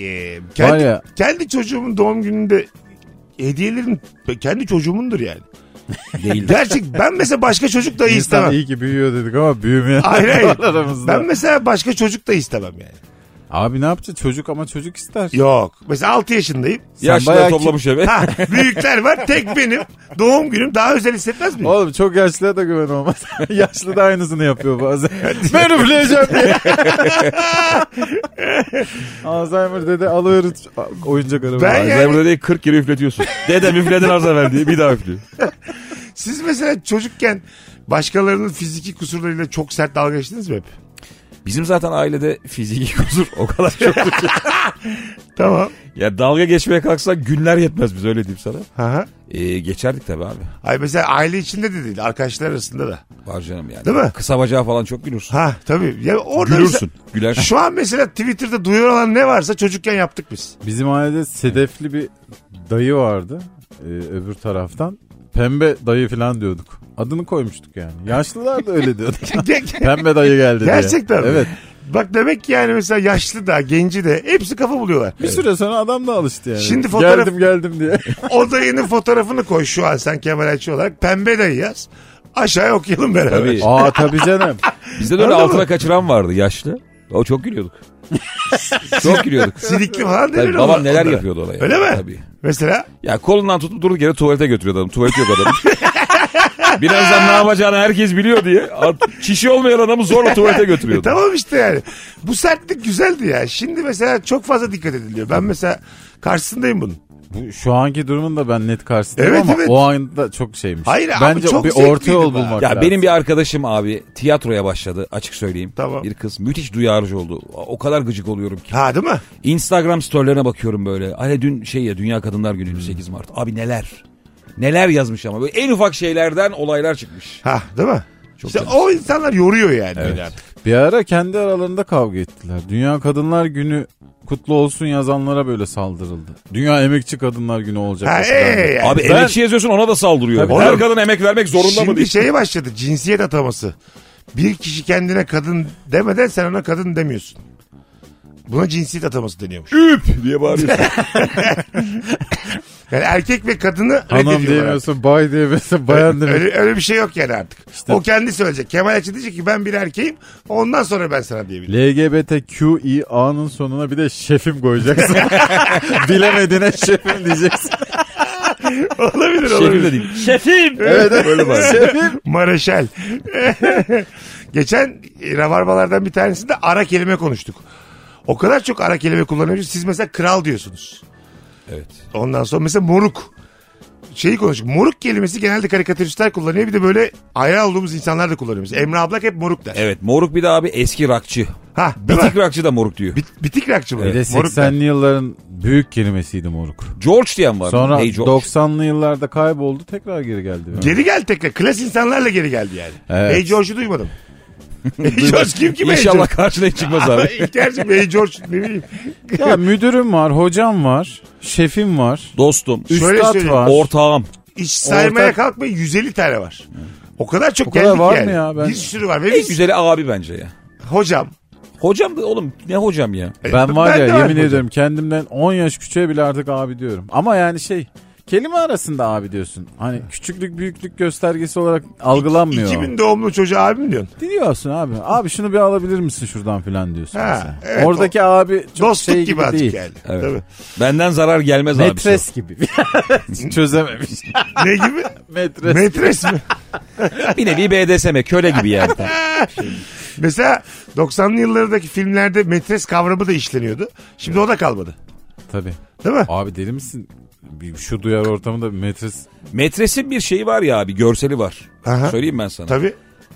[SPEAKER 3] Ee, kendi,
[SPEAKER 4] ya.
[SPEAKER 3] kendi çocuğumun doğum gününde hediyelerim kendi çocuğumundur yani.
[SPEAKER 5] Değil.
[SPEAKER 3] Gerçek ben mesela başka çocuk da
[SPEAKER 4] İnsan
[SPEAKER 3] istemem.
[SPEAKER 4] iyi ki büyüyor dedik ama büyümeyen
[SPEAKER 3] Hayır hayır.
[SPEAKER 4] var aramızda.
[SPEAKER 3] Ben mesela başka çocuk da istemem yani.
[SPEAKER 4] Abi ne yapacak çocuk ama çocuk ister.
[SPEAKER 3] Yok. Mesela 6 yaşındayım.
[SPEAKER 5] Yaşlılar
[SPEAKER 4] bayağı
[SPEAKER 5] toplamış eve.
[SPEAKER 3] Ha, büyükler var tek benim. Doğum günüm daha özel hissetmez miyim?
[SPEAKER 4] Oğlum çok yaşlıya da güven olmaz. Yaşlı da aynısını yapıyor bazen. ben üfleyeceğim diye. Alzheimer dede alıyoruz oyuncak araba.
[SPEAKER 3] Ben ya-
[SPEAKER 5] Alzheimer'da değil 40 kere üfletiyorsun. Dedem üfledin Alzheimer diye bir daha üflüyor.
[SPEAKER 3] Siz mesela çocukken başkalarının fiziki kusurlarıyla çok sert dalga geçtiniz mi hep?
[SPEAKER 5] Bizim zaten ailede fiziki kusur o kadar çoktu ki.
[SPEAKER 3] Tamam.
[SPEAKER 5] ya dalga geçmeye kalksak günler yetmez biz öyle diyeyim sana.
[SPEAKER 3] Aha.
[SPEAKER 5] Ee, geçerdik tabii abi.
[SPEAKER 3] Ay mesela aile içinde de değil, arkadaşlar arasında da.
[SPEAKER 5] Var canım yani.
[SPEAKER 3] Değil mi?
[SPEAKER 5] Kısa bacağı falan çok gülürsün.
[SPEAKER 3] Ha tabii. Ya orada
[SPEAKER 5] Gülürsün. Gülersin.
[SPEAKER 3] mesela- şu an mesela Twitter'da duyur olan ne varsa çocukken yaptık biz.
[SPEAKER 4] Bizim ailede sedefli bir dayı vardı ee, öbür taraftan. Pembe dayı falan diyorduk. Adını koymuştuk yani. Yaşlılar da öyle diyordu. Pembe dayı geldi diye.
[SPEAKER 3] Gerçekten mi?
[SPEAKER 4] Evet.
[SPEAKER 3] Bak demek ki yani mesela yaşlı da genci de hepsi kafa buluyorlar.
[SPEAKER 4] Bir süre sonra adam da alıştı yani.
[SPEAKER 3] Şimdi fotoğraf-
[SPEAKER 4] Geldim geldim diye.
[SPEAKER 3] O dayının fotoğrafını koy şu an sen Kemal Ayçi olarak pembe dayı yaz. Aşağıya okuyalım beraber.
[SPEAKER 5] Tabii.
[SPEAKER 4] Aa tabii canım.
[SPEAKER 5] Bizde de öyle
[SPEAKER 3] Anladın
[SPEAKER 5] altına
[SPEAKER 3] mı?
[SPEAKER 5] kaçıran vardı yaşlı. O çok gülüyorduk. çok gülüyorduk.
[SPEAKER 3] Silikli falan
[SPEAKER 5] Tabii
[SPEAKER 3] denir
[SPEAKER 5] babam
[SPEAKER 3] ona-
[SPEAKER 5] neler
[SPEAKER 3] onlara.
[SPEAKER 5] yapıyordu oraya.
[SPEAKER 3] Öyle mi?
[SPEAKER 5] Tabii.
[SPEAKER 3] Mesela E,
[SPEAKER 5] Ya kolundan tutup durduk yere tuvalete götürüyordu adam. Tuvalet yok adamın. Birazdan ne yapacağını herkes biliyor diye. at- Kişi olmayan adamı zorla tuvalete götürüyordu.
[SPEAKER 3] Tamam işte yani. Bu sertlik güzeldi ya. Şimdi mesela çok fazla dikkat ediliyor. Ben mesela karşısındayım bunun.
[SPEAKER 4] Bu, şu anki durumun da ben net karşısındayım
[SPEAKER 3] Evet,
[SPEAKER 4] ama
[SPEAKER 3] evet.
[SPEAKER 4] o anda çok şeymiş.
[SPEAKER 3] Hayır abi,
[SPEAKER 4] Bence
[SPEAKER 3] çok
[SPEAKER 4] bir
[SPEAKER 3] zevkliydi
[SPEAKER 4] orta yol
[SPEAKER 3] bu.
[SPEAKER 4] bulmak
[SPEAKER 5] Ya
[SPEAKER 4] lazım.
[SPEAKER 5] benim bir arkadaşım abi tiyatroya başladı açık söyleyeyim.
[SPEAKER 3] Tamam.
[SPEAKER 5] Bir kız müthiş duyarcı oldu. O kadar gıcık oluyorum ki.
[SPEAKER 3] Ha değil mi?
[SPEAKER 5] Instagram storylerine bakıyorum böyle. Hani dün şey ya Dünya Kadınlar Günü 8 Mart. Abi neler? Neler yazmış ama. Böyle en ufak şeylerden olaylar çıkmış.
[SPEAKER 3] Ha değil mi?
[SPEAKER 5] Çok
[SPEAKER 3] işte
[SPEAKER 5] güzel.
[SPEAKER 3] o insanlar yoruyor yani. beni artık.
[SPEAKER 4] Bir ara kendi aralarında kavga ettiler. Dünya Kadınlar Günü kutlu olsun yazanlara böyle saldırıldı. Dünya Emekçi Kadınlar Günü olacak.
[SPEAKER 3] Ha,
[SPEAKER 4] mesela.
[SPEAKER 3] ee, yani.
[SPEAKER 5] Abi
[SPEAKER 4] Ben-
[SPEAKER 5] emekçi yazıyorsun ona da saldırıyor.
[SPEAKER 4] Tabii.
[SPEAKER 5] Her
[SPEAKER 3] Oğlum,
[SPEAKER 5] kadın emek vermek zorunda mı
[SPEAKER 3] Şimdi
[SPEAKER 5] değil?
[SPEAKER 3] şey başladı cinsiyet ataması. Bir kişi kendine kadın demeden sen ona kadın demiyorsun. Buna cinsiyet ataması deniyormuş.
[SPEAKER 5] Üp diye bağırıyorsun.
[SPEAKER 3] Yani erkek ve kadını
[SPEAKER 4] Hanım
[SPEAKER 3] reddediyorlar.
[SPEAKER 4] diyemiyorsun, bay diyemiyorsun, bayan diyemiyorsun.
[SPEAKER 3] Öyle, öyle bir şey yok yani artık. O kendi söyleyecek. Kemal Ayçi diyecek ki ben bir erkeğim ondan sonra ben sana diyebilirim.
[SPEAKER 4] LGBTQIA'nın sonuna bir de şefim koyacaksın. Bilemediğine şefim diyeceksin.
[SPEAKER 3] olabilir
[SPEAKER 5] Şefim
[SPEAKER 3] olabilir.
[SPEAKER 5] de değil. Şefim.
[SPEAKER 4] Evet, evet. şefim.
[SPEAKER 3] Maraşel. Geçen e, rabarbalardan bir tanesinde ara kelime konuştuk. O kadar çok ara kelime kullanıyoruz. Siz mesela kral diyorsunuz.
[SPEAKER 5] Evet.
[SPEAKER 3] Ondan sonra mesela moruk. Şeyi konuştuk. Moruk kelimesi genelde karikatüristler kullanıyor. Bir de böyle hayran olduğumuz insanlar da kullanıyor. Mesela Emre Ablak hep moruk der.
[SPEAKER 5] Evet moruk bir de abi eski rakçı.
[SPEAKER 3] Ha,
[SPEAKER 5] Bitik rakçı da moruk diyor.
[SPEAKER 3] Bit- bitik rakçı mı?
[SPEAKER 4] Bir de
[SPEAKER 3] Moruk der.
[SPEAKER 4] 80'li yılların büyük kelimesiydi moruk.
[SPEAKER 5] George diyen var.
[SPEAKER 4] Sonra
[SPEAKER 5] Hey George.
[SPEAKER 4] 90'lı yıllarda kayboldu tekrar geri geldi.
[SPEAKER 3] Geri geldi tekrar. Klas insanlarla geri geldi yani.
[SPEAKER 4] Evet.
[SPEAKER 3] Hey George'u duymadım. hey George kim kim Hey
[SPEAKER 5] İnşallah
[SPEAKER 3] George?
[SPEAKER 5] karşına hiç çıkmaz abi.
[SPEAKER 3] Gerçi Hey George ne bileyim.
[SPEAKER 4] ya müdürüm var, hocam var, şefim var,
[SPEAKER 5] Dostum.
[SPEAKER 3] Şöyle
[SPEAKER 4] üstad
[SPEAKER 3] söyleyeyim,
[SPEAKER 4] var.
[SPEAKER 5] Ortağım.
[SPEAKER 3] Hiç saymaya
[SPEAKER 4] Ortak-
[SPEAKER 3] kalkmayın 150 tane var. O kadar çok
[SPEAKER 4] O kadar
[SPEAKER 3] geldik
[SPEAKER 4] var mı
[SPEAKER 3] yani.
[SPEAKER 4] ya? Ben-
[SPEAKER 3] Bir sürü var. Ve
[SPEAKER 5] En
[SPEAKER 3] biz
[SPEAKER 5] güzeli abi bence ya.
[SPEAKER 3] hocam.
[SPEAKER 5] Hocam da oğlum ne hocam ya?
[SPEAKER 4] Ben var
[SPEAKER 3] Ben de
[SPEAKER 4] ya
[SPEAKER 3] var
[SPEAKER 4] yemin
[SPEAKER 3] hocam.
[SPEAKER 4] ediyorum kendimden 10 yaş küçüğe bile artık abi diyorum. Ama yani şey kelime arasında abi diyorsun. Hani küçüklük büyüklük göstergesi olarak algılanmıyor.
[SPEAKER 3] 2000 doğumlu çocuğa abim diyorsun.
[SPEAKER 4] Diyorsun abi. Abi şunu bir alabilir misin şuradan filan diyorsun.
[SPEAKER 3] Ha,
[SPEAKER 4] mesela.
[SPEAKER 3] evet,
[SPEAKER 4] Oradaki abi çok
[SPEAKER 3] Dostluk
[SPEAKER 4] şey gibi,
[SPEAKER 3] gibi, artık
[SPEAKER 4] değil.
[SPEAKER 3] yani.
[SPEAKER 5] Evet.
[SPEAKER 3] Tabii.
[SPEAKER 5] Benden zarar gelmez abi.
[SPEAKER 4] Metres gibi. Çözememiş.
[SPEAKER 3] Ne gibi?
[SPEAKER 4] Metres.
[SPEAKER 3] Metres mi?
[SPEAKER 5] Bir nevi BDSM köle gibi yani.
[SPEAKER 3] Mesela 90'lı yıllardaki filmlerde metres kavramı da işleniyordu. Şimdi o da kalmadı.
[SPEAKER 4] Tabii.
[SPEAKER 3] Değil mi?
[SPEAKER 4] Abi deli misin? Bir- Şu duyar ortamında bir metres.
[SPEAKER 5] Metresin bir şeyi var ya abi görseli var.
[SPEAKER 3] Aha.
[SPEAKER 5] Söyleyeyim ben sana.
[SPEAKER 3] Tabii.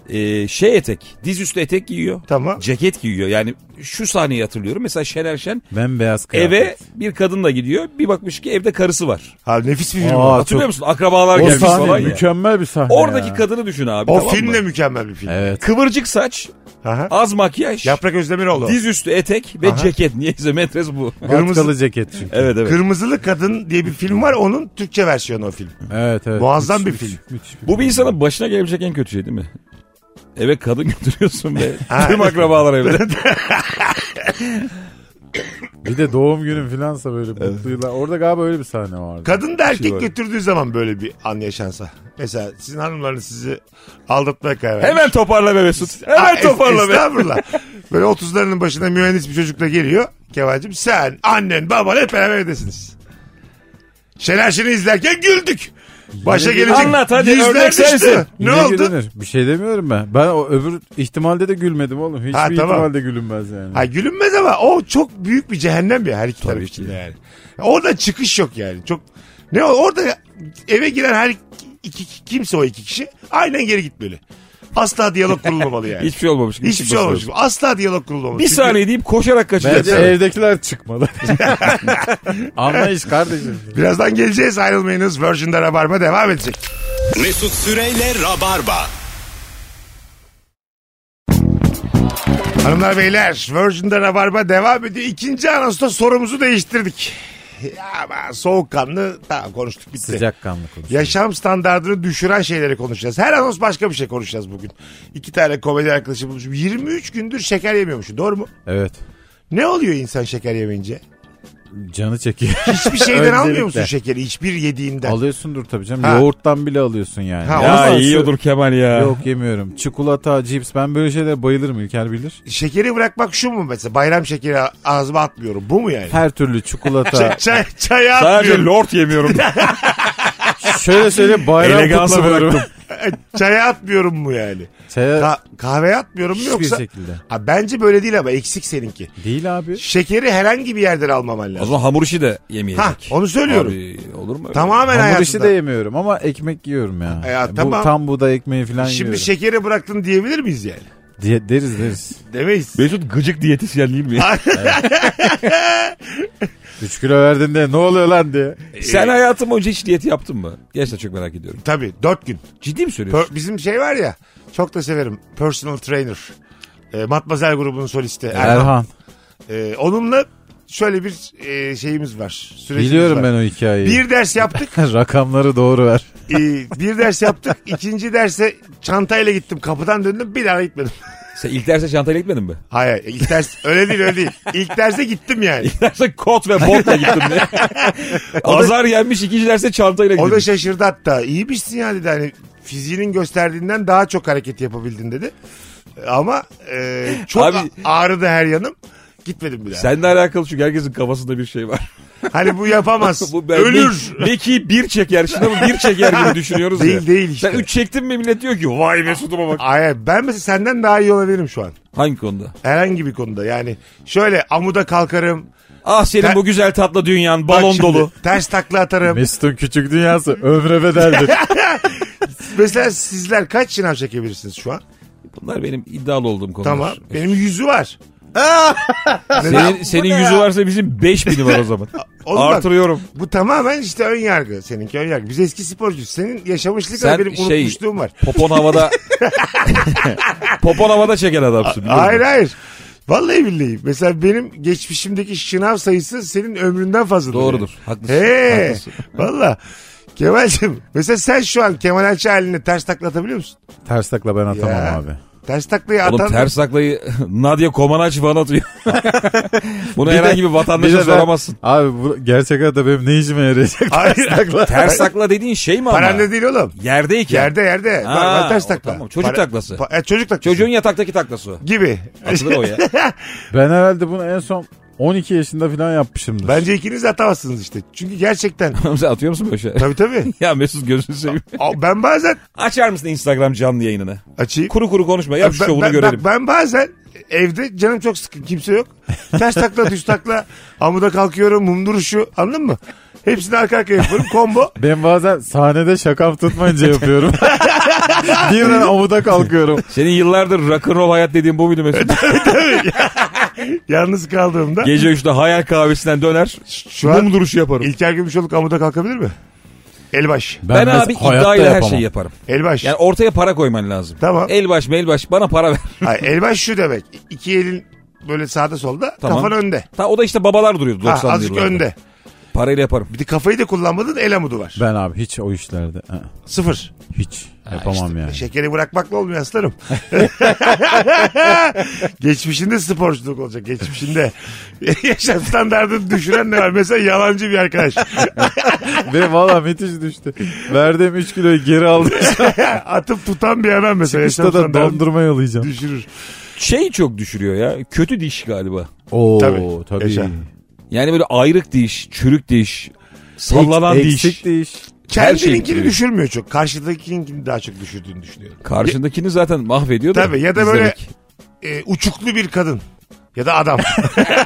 [SPEAKER 5] Ee, şey etek. Diz üstü etek giyiyor.
[SPEAKER 3] Tamam.
[SPEAKER 5] Ceket giyiyor. Yani şu sahneyi hatırlıyorum. Mesela Şener Şen
[SPEAKER 4] Bembeyaz kıyafet.
[SPEAKER 5] eve bir kadınla gidiyor. Bir bakmış ki evde karısı var.
[SPEAKER 3] Ha, nefis bir film.
[SPEAKER 4] Aa,
[SPEAKER 3] o.
[SPEAKER 5] Hatırlıyor
[SPEAKER 4] çok-
[SPEAKER 5] musun? Akrabalar
[SPEAKER 4] O
[SPEAKER 5] gelmiş falan
[SPEAKER 4] sahne
[SPEAKER 5] ya.
[SPEAKER 4] mükemmel bir sahne
[SPEAKER 5] Oradaki
[SPEAKER 4] ya.
[SPEAKER 5] kadını düşün abi.
[SPEAKER 3] O
[SPEAKER 5] tamam
[SPEAKER 3] film
[SPEAKER 5] mı?
[SPEAKER 3] de mükemmel bir film.
[SPEAKER 4] Evet.
[SPEAKER 5] Kıvırcık saç,
[SPEAKER 3] Aha.
[SPEAKER 5] az makyaj,
[SPEAKER 3] Yaprak Özdemiroğlu.
[SPEAKER 5] diz üstü etek ve ceket. Niyeyse metres bu.
[SPEAKER 3] Kırmızı-
[SPEAKER 4] Vatkalı ceket çünkü.
[SPEAKER 5] evet evet.
[SPEAKER 3] Kırmızılı Kadın diye bir film var. Onun Türkçe versiyonu o film.
[SPEAKER 4] Evet evet.
[SPEAKER 3] Muazzam
[SPEAKER 4] Müthiş,
[SPEAKER 3] bir
[SPEAKER 4] müthiş, müthiş
[SPEAKER 5] Bu bir
[SPEAKER 4] film.
[SPEAKER 5] insanın başına gelebilecek en kötü şey değil mi? Eve kadın götürüyorsun ve
[SPEAKER 3] Ha.
[SPEAKER 5] tüm akrabalar evde.
[SPEAKER 4] Bir de doğum günün filansa böyle mutlu yıllar. Orada galiba öyle bir sahne vardı.
[SPEAKER 3] Kadın da erkek
[SPEAKER 5] şey var.
[SPEAKER 3] götürdüğü zaman böyle bir an yaşansa. Mesela sizin hanımlarınız sizi aldatmaya karar vermiş.
[SPEAKER 5] Hemen toparla be Mesut.
[SPEAKER 3] Aa,
[SPEAKER 5] Hemen
[SPEAKER 3] es-
[SPEAKER 5] toparla be.
[SPEAKER 3] Estağfurullah. Böyle otuzlarının başında mühendis bir çocukla geliyor. Kemal'cim sen, annen, baban hep beraber evdesiniz. Şener Şen'i izlerken güldük. Başa gelecek.
[SPEAKER 5] Anlat hadi,
[SPEAKER 3] yüzler
[SPEAKER 5] örnek
[SPEAKER 3] düştü.
[SPEAKER 5] sensin.
[SPEAKER 3] Ne
[SPEAKER 4] Yine
[SPEAKER 3] oldu?
[SPEAKER 4] gülünür. Bir şey demiyorum ben. Ben o öbür ihtimalde de gülmedim oğlum. Hiçbir
[SPEAKER 3] Ha, tamam.
[SPEAKER 4] ihtimalde gülünmez yani.
[SPEAKER 3] Ha gülünmez ama o çok büyük bir cehennem ya her iki taraf için de yani. Orada çıkış yok yani. Çok ne o- orada eve giren her iki, iki- kimse o iki kişi aynen geri gitmeli. Asla diyalog kurulmamalı yani.
[SPEAKER 5] Hiçbir şey olmamış. gibi
[SPEAKER 3] Hiçbir şey
[SPEAKER 5] çıkması
[SPEAKER 3] olmamış.
[SPEAKER 5] lazım.
[SPEAKER 3] Asla diyalog kurulmamalı.
[SPEAKER 5] Bir
[SPEAKER 3] Çünkü
[SPEAKER 5] saniye deyip koşarak kaçacağız.
[SPEAKER 3] şey
[SPEAKER 4] Bence evdekiler çıkmalı. Anlayış kardeşim.
[SPEAKER 3] Birazdan geleceğiz ayrılmayınız. Virgin'de Rabarba devam edecek.
[SPEAKER 2] Mesut Süreyle Rabarba.
[SPEAKER 3] Hanımlar beyler Virgin'de Rabarba devam ediyor. İkinci anonsta sorumuzu değiştirdik. Ya ben soğukkanlı tamam konuştuk bitti.
[SPEAKER 4] Sıcak kanlı konuş.
[SPEAKER 3] Yaşam standartını düşüren şeyleri konuşacağız. Her anons başka bir şey konuşacağız bugün. İki tane komedi arkadaşı bulmuşum. 23 gündür şeker yemiyormuş. Doğru mu?
[SPEAKER 4] Evet.
[SPEAKER 3] Ne oluyor insan şeker yemeyince?
[SPEAKER 4] Canı çekiyor.
[SPEAKER 3] Hiçbir şeyden almıyor musun
[SPEAKER 4] Öncelikle.
[SPEAKER 3] şekeri? Hiçbir yediğinden.
[SPEAKER 4] Alıyorsundur tabii canım.
[SPEAKER 3] Ha.
[SPEAKER 4] Yoğurttan bile alıyorsun yani.
[SPEAKER 3] Ha,
[SPEAKER 4] Ama
[SPEAKER 5] Ya
[SPEAKER 4] nasıl-
[SPEAKER 5] yiyordur Kemal ya.
[SPEAKER 4] Yok yemiyorum. Çikolata, cips ben böyle şeylere bayılırım İlker bilir.
[SPEAKER 3] Şekeri bırakmak şu mu mesela? Bayram şekeri ağzıma atmıyorum. Bu mu yani?
[SPEAKER 4] Her türlü çikolata.
[SPEAKER 3] Çay, çaya
[SPEAKER 5] Sadece
[SPEAKER 3] atmıyorum.
[SPEAKER 5] lord yemiyorum.
[SPEAKER 4] Şöyle söyle bayram
[SPEAKER 5] Elegansı
[SPEAKER 4] kutlamıyorum.
[SPEAKER 3] E, çaya atmıyorum mu yani?
[SPEAKER 4] Çaya
[SPEAKER 3] Ka- kahveye atmıyorum mu
[SPEAKER 4] hiçbir
[SPEAKER 3] yoksa?
[SPEAKER 4] şekilde.
[SPEAKER 3] Ha, bence böyle değil ama eksik seninki.
[SPEAKER 4] Değil abi.
[SPEAKER 3] Şekeri herhangi bir yerden almaman
[SPEAKER 5] o
[SPEAKER 3] lazım.
[SPEAKER 5] zaman hamur işi de yemeyecek.
[SPEAKER 3] Ha, onu söylüyorum.
[SPEAKER 5] Abi, olur mu? öyle?
[SPEAKER 3] Tamamen
[SPEAKER 4] Hamur
[SPEAKER 3] hayatında.
[SPEAKER 4] işi de yemiyorum ama ekmek yiyorum ya.
[SPEAKER 3] Ya,
[SPEAKER 4] Bu,
[SPEAKER 3] tamam.
[SPEAKER 4] Tam buğday ekmeği falan
[SPEAKER 3] Şimdi şey-
[SPEAKER 4] yiyorum.
[SPEAKER 3] şekeri bıraktın diyebilir miyiz yani?
[SPEAKER 4] Diye- deriz deriz.
[SPEAKER 3] Demeyiz.
[SPEAKER 5] Mesut gıcık diyetisyen değil mi?
[SPEAKER 4] 3 kilo verdin de ne oluyor lan diye.
[SPEAKER 5] Sen hayatın boyunca hiç diyet yaptın mı? Gerçekten çok merak ediyorum.
[SPEAKER 3] Tabii dört gün.
[SPEAKER 5] Ciddi mi
[SPEAKER 3] Per-
[SPEAKER 5] söylüyorsun?
[SPEAKER 3] bizim şey var ya çok da severim. Personal trainer. E, Matmazel grubunun solisti Erhan.
[SPEAKER 4] Erhan.
[SPEAKER 3] E, onunla şöyle bir e, şeyimiz var. Sürecimiz
[SPEAKER 4] Biliyorum
[SPEAKER 3] var.
[SPEAKER 4] ben o hikayeyi.
[SPEAKER 3] Bir ders yaptık.
[SPEAKER 4] Rakamları doğru ver.
[SPEAKER 3] e, bir ders yaptık. İkinci derse çantayla gittim. Kapıdan döndüm. Bir daha gitmedim.
[SPEAKER 5] Sen ilk derse çantayla gitmedin mi?
[SPEAKER 3] Hayır. İlk ders öyle değil öyle değil. İlk derse gittim yani.
[SPEAKER 5] İlk derse kot ve botla gittim diye. Azar yenmiş ikinci derse çantayla
[SPEAKER 3] O da
[SPEAKER 5] gittim.
[SPEAKER 3] şaşırdı hatta. İyiymişsin ya dedi hani fiziğinin gösterdiğinden daha çok hareket yapabildin dedi. Ama e, çok
[SPEAKER 5] Abi-
[SPEAKER 3] a- ağrıdı her yanım. Gitmedim bir daha.
[SPEAKER 5] Seninle alakalı çünkü herkesin kafasında bir şey var.
[SPEAKER 3] Hani bu yapamaz.
[SPEAKER 5] Bu ben-
[SPEAKER 3] Ölür.
[SPEAKER 5] Be- Beki bir çeker. Şimdi bu bir çeker gibi düşünüyoruz
[SPEAKER 3] Değil,
[SPEAKER 5] ya.
[SPEAKER 3] değil işte.
[SPEAKER 5] Sen üç çektin mi millet diyor ki vay Mesut'uma bak.
[SPEAKER 3] Ay, ben mesela senden daha iyi olabilirim şu an.
[SPEAKER 5] Hangi konuda?
[SPEAKER 3] Herhangi bir konuda yani. Şöyle amuda kalkarım.
[SPEAKER 5] Ah senin bu güzel tatlı dünyan balon
[SPEAKER 3] Bak şimdi,
[SPEAKER 5] dolu.
[SPEAKER 3] Ters takla atarım.
[SPEAKER 4] Mesut'un küçük dünyası ömre bedeldir.
[SPEAKER 3] mesela sizler kaç şınav çekebilirsiniz şu an?
[SPEAKER 5] Bunlar benim iddialı olduğum konular.
[SPEAKER 3] Tamam. Benim yüzü var.
[SPEAKER 5] Senin, senin yüzü varsa bizim 5000'i var o zaman.
[SPEAKER 3] Oğlum bak,
[SPEAKER 5] Artırıyorum.
[SPEAKER 3] Bu tamamen işte ön yargı. Seninki ön yargı. Biz eski sporcuyuz. Senin yaşamışlık var,
[SPEAKER 5] Sen
[SPEAKER 3] benim
[SPEAKER 5] şey-
[SPEAKER 3] unutmuşluğum var.
[SPEAKER 5] Popon havada Popon havada çeken adamsın. biliyorum.
[SPEAKER 3] Hayır hayır. Vallahi billahi. Mesela benim geçmişimdeki şınav sayısı senin ömründen fazladır.
[SPEAKER 5] Doğrudur.
[SPEAKER 3] Yani.
[SPEAKER 5] Haklısın.
[SPEAKER 3] He.
[SPEAKER 5] haklısın.
[SPEAKER 3] Valla. Kemal'cim mesela sen şu an Kemal Ayça halini ters taklatabiliyor musun?
[SPEAKER 4] Ters takla ben atamam
[SPEAKER 3] Ya.
[SPEAKER 4] abi.
[SPEAKER 3] Ters taklayı atan...
[SPEAKER 5] Oğlum ters taklayı Nadia Komanaç falan atıyor. Bunu herhangi bir vatandaşa
[SPEAKER 4] de ben-
[SPEAKER 5] soramazsın.
[SPEAKER 4] Abi bu gerçek hayatta benim ne işime yarayacak?
[SPEAKER 3] Hayır.
[SPEAKER 5] Ters takla dediğin şey mi ama?
[SPEAKER 3] Paranda değil oğlum.
[SPEAKER 5] Yerdeyken.
[SPEAKER 3] Yerde yerde.
[SPEAKER 5] Ha,
[SPEAKER 3] Var, var ters
[SPEAKER 5] o
[SPEAKER 3] takla.
[SPEAKER 5] tamam. Çocuk taklası.
[SPEAKER 3] pa- e, çocuk taklası.
[SPEAKER 5] Çocuğun yataktaki taklası o.
[SPEAKER 3] gibi.
[SPEAKER 5] Atılır o ya.
[SPEAKER 4] Ben herhalde bunu en son 12 yaşında falan yapmışımdır.
[SPEAKER 3] Bence ikiniz de atamazsınız işte. Çünkü gerçekten.
[SPEAKER 5] Sen atıyor musun böyle şey?
[SPEAKER 3] tabii tabii.
[SPEAKER 5] ya Mesut gözünü seveyim.
[SPEAKER 3] A- Ben bazen
[SPEAKER 5] Açar mısın Instagram canlı yayınını?
[SPEAKER 3] açayım.
[SPEAKER 5] Kuru kuru konuşma. Yap şu
[SPEAKER 3] ben,
[SPEAKER 5] şovunu
[SPEAKER 3] ben-
[SPEAKER 5] görelim.
[SPEAKER 3] bak ben bazen evde canım çok sıkın kimse yok. Ters takla düz takla amuda kalkıyorum mum duruşu anladın mı? Hepsini arka arkaya yapıyorum combo.
[SPEAKER 4] Ben bazen sahnede şakam tutmayınca yapıyorum. Birden amuda kalkıyorum.
[SPEAKER 5] Senin yıllardır rock'n'roll hayat dediğin bu muydu Mesut?
[SPEAKER 3] Yalnız kaldığımda
[SPEAKER 5] Gece 3'te hayal kahvesinden döner.
[SPEAKER 3] şu an
[SPEAKER 5] Mum duruşu yaparım.
[SPEAKER 3] İlker Gümüşoluk amuda kalkabilir mi? Elbaş.
[SPEAKER 5] Ben,
[SPEAKER 4] mesela
[SPEAKER 5] abi
[SPEAKER 4] hayatta
[SPEAKER 5] iddiayla her
[SPEAKER 4] yapamam.
[SPEAKER 5] şeyi yaparım.
[SPEAKER 3] Elbaş.
[SPEAKER 5] Yani ortaya para koyman lazım.
[SPEAKER 3] Tamam.
[SPEAKER 5] Elbaş melbaş bana para ver.
[SPEAKER 3] Hayır, elbaş şu demek. İki elin böyle sağda solda
[SPEAKER 5] Tamam.
[SPEAKER 3] kafan önde.
[SPEAKER 5] Ta, o da işte babalar duruyordu
[SPEAKER 3] Ha,
[SPEAKER 5] 90'lı
[SPEAKER 3] azıcık
[SPEAKER 5] yıllarda.
[SPEAKER 3] önde.
[SPEAKER 5] Parayla yaparım.
[SPEAKER 3] Bir de kafayı da kullanmadın el amudu var.
[SPEAKER 4] Ben abi hiç o işlerde. ha,
[SPEAKER 3] Sıfır.
[SPEAKER 4] Hiç yapamam yani.
[SPEAKER 3] Şekeri bırakmakla olmuyor aslanım. Geçmişinde sporculuk olacak. Geçmişinde. Yaşam standartını düşüren ne var? Mesela yalancı bir arkadaş.
[SPEAKER 4] Ve valla müthiş düştü. Verdiğim 3 kiloyu geri aldım.
[SPEAKER 3] Atıp tutan bir adam mesela. Yaşam
[SPEAKER 4] Çıkışta da
[SPEAKER 3] standartını
[SPEAKER 4] dondurma yalayacağım.
[SPEAKER 3] düşürür.
[SPEAKER 5] Şey çok düşürüyor ya. Kötü diş galiba.
[SPEAKER 4] Oo
[SPEAKER 3] Tabii.
[SPEAKER 4] tabii.
[SPEAKER 3] Yaşa.
[SPEAKER 5] Yani böyle ayrık diş, çürük diş, sallanan
[SPEAKER 4] Eks-
[SPEAKER 5] diş.
[SPEAKER 4] Eksik diş.
[SPEAKER 5] Her şey
[SPEAKER 3] Kendininkini
[SPEAKER 5] bitiriyor.
[SPEAKER 3] düşürmüyor çok. Karşıdakininkini daha çok düşürdüğünü düşünüyorum.
[SPEAKER 5] Karşındakini zaten mahvediyor da.
[SPEAKER 3] Tabii ya da böyle
[SPEAKER 5] izlemek.
[SPEAKER 3] e, uçuklu bir kadın. Ya da adam.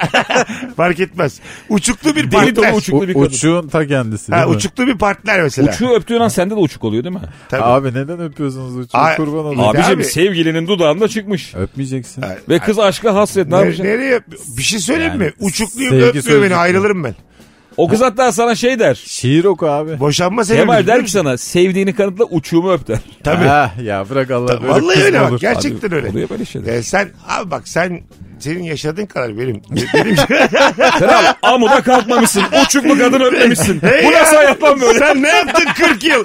[SPEAKER 3] Fark etmez. Uçuklu bir
[SPEAKER 5] Deli dolu
[SPEAKER 3] partner.
[SPEAKER 5] uçuklu bir
[SPEAKER 4] U-
[SPEAKER 5] kadın.
[SPEAKER 4] uçuğun ta kendisi değil
[SPEAKER 3] Ha,
[SPEAKER 4] mi?
[SPEAKER 3] uçuklu bir partner mesela.
[SPEAKER 5] Uçuğu öptüğün an sende de uçuk oluyor değil mi?
[SPEAKER 3] Tabii.
[SPEAKER 4] Abi neden öpüyorsunuz uçuğu?
[SPEAKER 3] Ay-
[SPEAKER 4] Kurban olayım.
[SPEAKER 3] Abi-
[SPEAKER 5] Abicim sevgilinin dudağında çıkmış.
[SPEAKER 4] Öpmeyeceksin.
[SPEAKER 3] Ha,
[SPEAKER 5] Ve kız aşka hasret ne
[SPEAKER 3] Ne-
[SPEAKER 5] yapacaksın?
[SPEAKER 3] nereye? Bir şey söyleyeyim mi? Uçukluyum
[SPEAKER 4] sevgi
[SPEAKER 3] öpmüyor beni
[SPEAKER 4] sözcükleri.
[SPEAKER 3] ayrılırım ben.
[SPEAKER 5] O kız hatta sana şey der.
[SPEAKER 4] Şiir oku abi.
[SPEAKER 3] Boşanma sebebi.
[SPEAKER 5] Kemal der ki sana sevdiğini kanıtla uçuğumu öp der.
[SPEAKER 3] Tabii.
[SPEAKER 4] Ha, ya bırak Allah böyle
[SPEAKER 3] Vallahi
[SPEAKER 4] kız
[SPEAKER 3] öyle
[SPEAKER 4] mı
[SPEAKER 3] bak
[SPEAKER 4] olur?
[SPEAKER 3] gerçekten öyle.
[SPEAKER 5] Oluyor böyle şeyler.
[SPEAKER 3] E, sen abi bak sen senin yaşadığın kadar benim. benim
[SPEAKER 5] Sen amuda kalkmamışsın. Uçuklu kadın öpmemişsin.
[SPEAKER 3] Hey
[SPEAKER 5] Bu
[SPEAKER 3] ya,
[SPEAKER 5] nasıl hayat lan böyle?
[SPEAKER 3] Sen ne yaptın 40 yıl?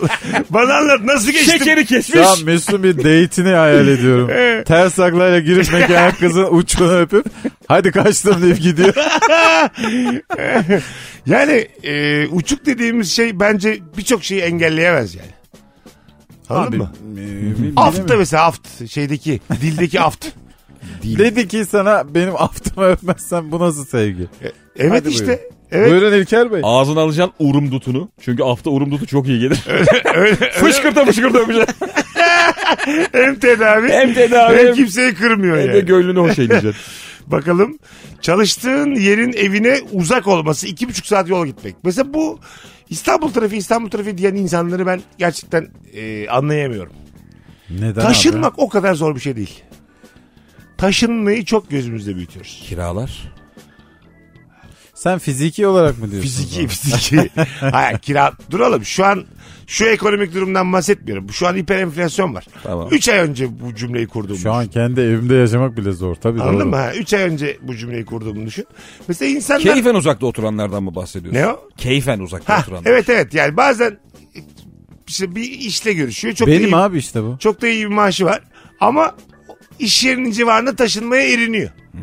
[SPEAKER 3] Bana anlat nasıl geçtin?
[SPEAKER 5] Şekeri kesmiş.
[SPEAKER 4] Şu an Mesut'un bir date'ini hayal ediyorum. Ters taklayla girip mekan kızın uçunu öpüp hadi kaçtım deyip gidiyor.
[SPEAKER 3] Yani e, uçuk dediğimiz şey bence birçok şeyi engelleyemez yani. Anladın mı? Aft da mesela aft şeydeki dildeki aft.
[SPEAKER 4] Dedi ki sana benim aftıma öpmezsen bu nasıl sevgi?
[SPEAKER 3] Evet
[SPEAKER 4] Hadi
[SPEAKER 3] işte.
[SPEAKER 4] buyurun.
[SPEAKER 3] Evet.
[SPEAKER 4] Buyurun İlker Bey.
[SPEAKER 5] Ağzına alacaksın urumdutunu. Çünkü hafta urumdutu çok iyi gelir. fışkırta fışkırta şey. öpeceksin.
[SPEAKER 3] Hem tedavi hem,
[SPEAKER 5] Hem tedavi hem,
[SPEAKER 3] kimseyi kırmıyor
[SPEAKER 5] hem
[SPEAKER 3] yani.
[SPEAKER 5] de gönlünü hoş eyleyeceksin.
[SPEAKER 3] Bakalım çalıştığın yerin evine uzak olması iki buçuk saat yol gitmek. Mesela bu İstanbul trafiği İstanbul trafiği diyen insanları ben gerçekten e, anlayamıyorum.
[SPEAKER 4] Neden
[SPEAKER 3] Taşınmak o kadar zor bir şey değil. Taşınmayı çok gözümüzde büyütüyoruz.
[SPEAKER 5] Kiralar.
[SPEAKER 4] Sen fiziki olarak mı diyorsun?
[SPEAKER 3] Fiziki fiziki. Hayır kira duralım şu an şu ekonomik durumdan bahsetmiyorum. Şu an hiper enflasyon var.
[SPEAKER 5] Tamam.
[SPEAKER 3] 3 ay önce bu cümleyi kurduğum.
[SPEAKER 4] Şu an kendi evimde yaşamak bile zor tabii.
[SPEAKER 3] Anladın
[SPEAKER 4] doğru.
[SPEAKER 3] mı? 3 ay önce bu cümleyi kurduğumu düşün. Mesela insanlar...
[SPEAKER 5] Keyfen uzakta oturanlardan mı bahsediyorsun?
[SPEAKER 3] Ne o?
[SPEAKER 5] Keyfen uzakta
[SPEAKER 3] Ha,
[SPEAKER 5] oturanlar.
[SPEAKER 3] Ah, evet evet yani bazen işte bir işle görüşüyor. Çok da
[SPEAKER 4] Benim
[SPEAKER 3] iyi,
[SPEAKER 4] abi işte bu.
[SPEAKER 3] Çok da iyi bir maaşı var ama iş yerinin civarında taşınmaya eriniyor.
[SPEAKER 4] Hmm.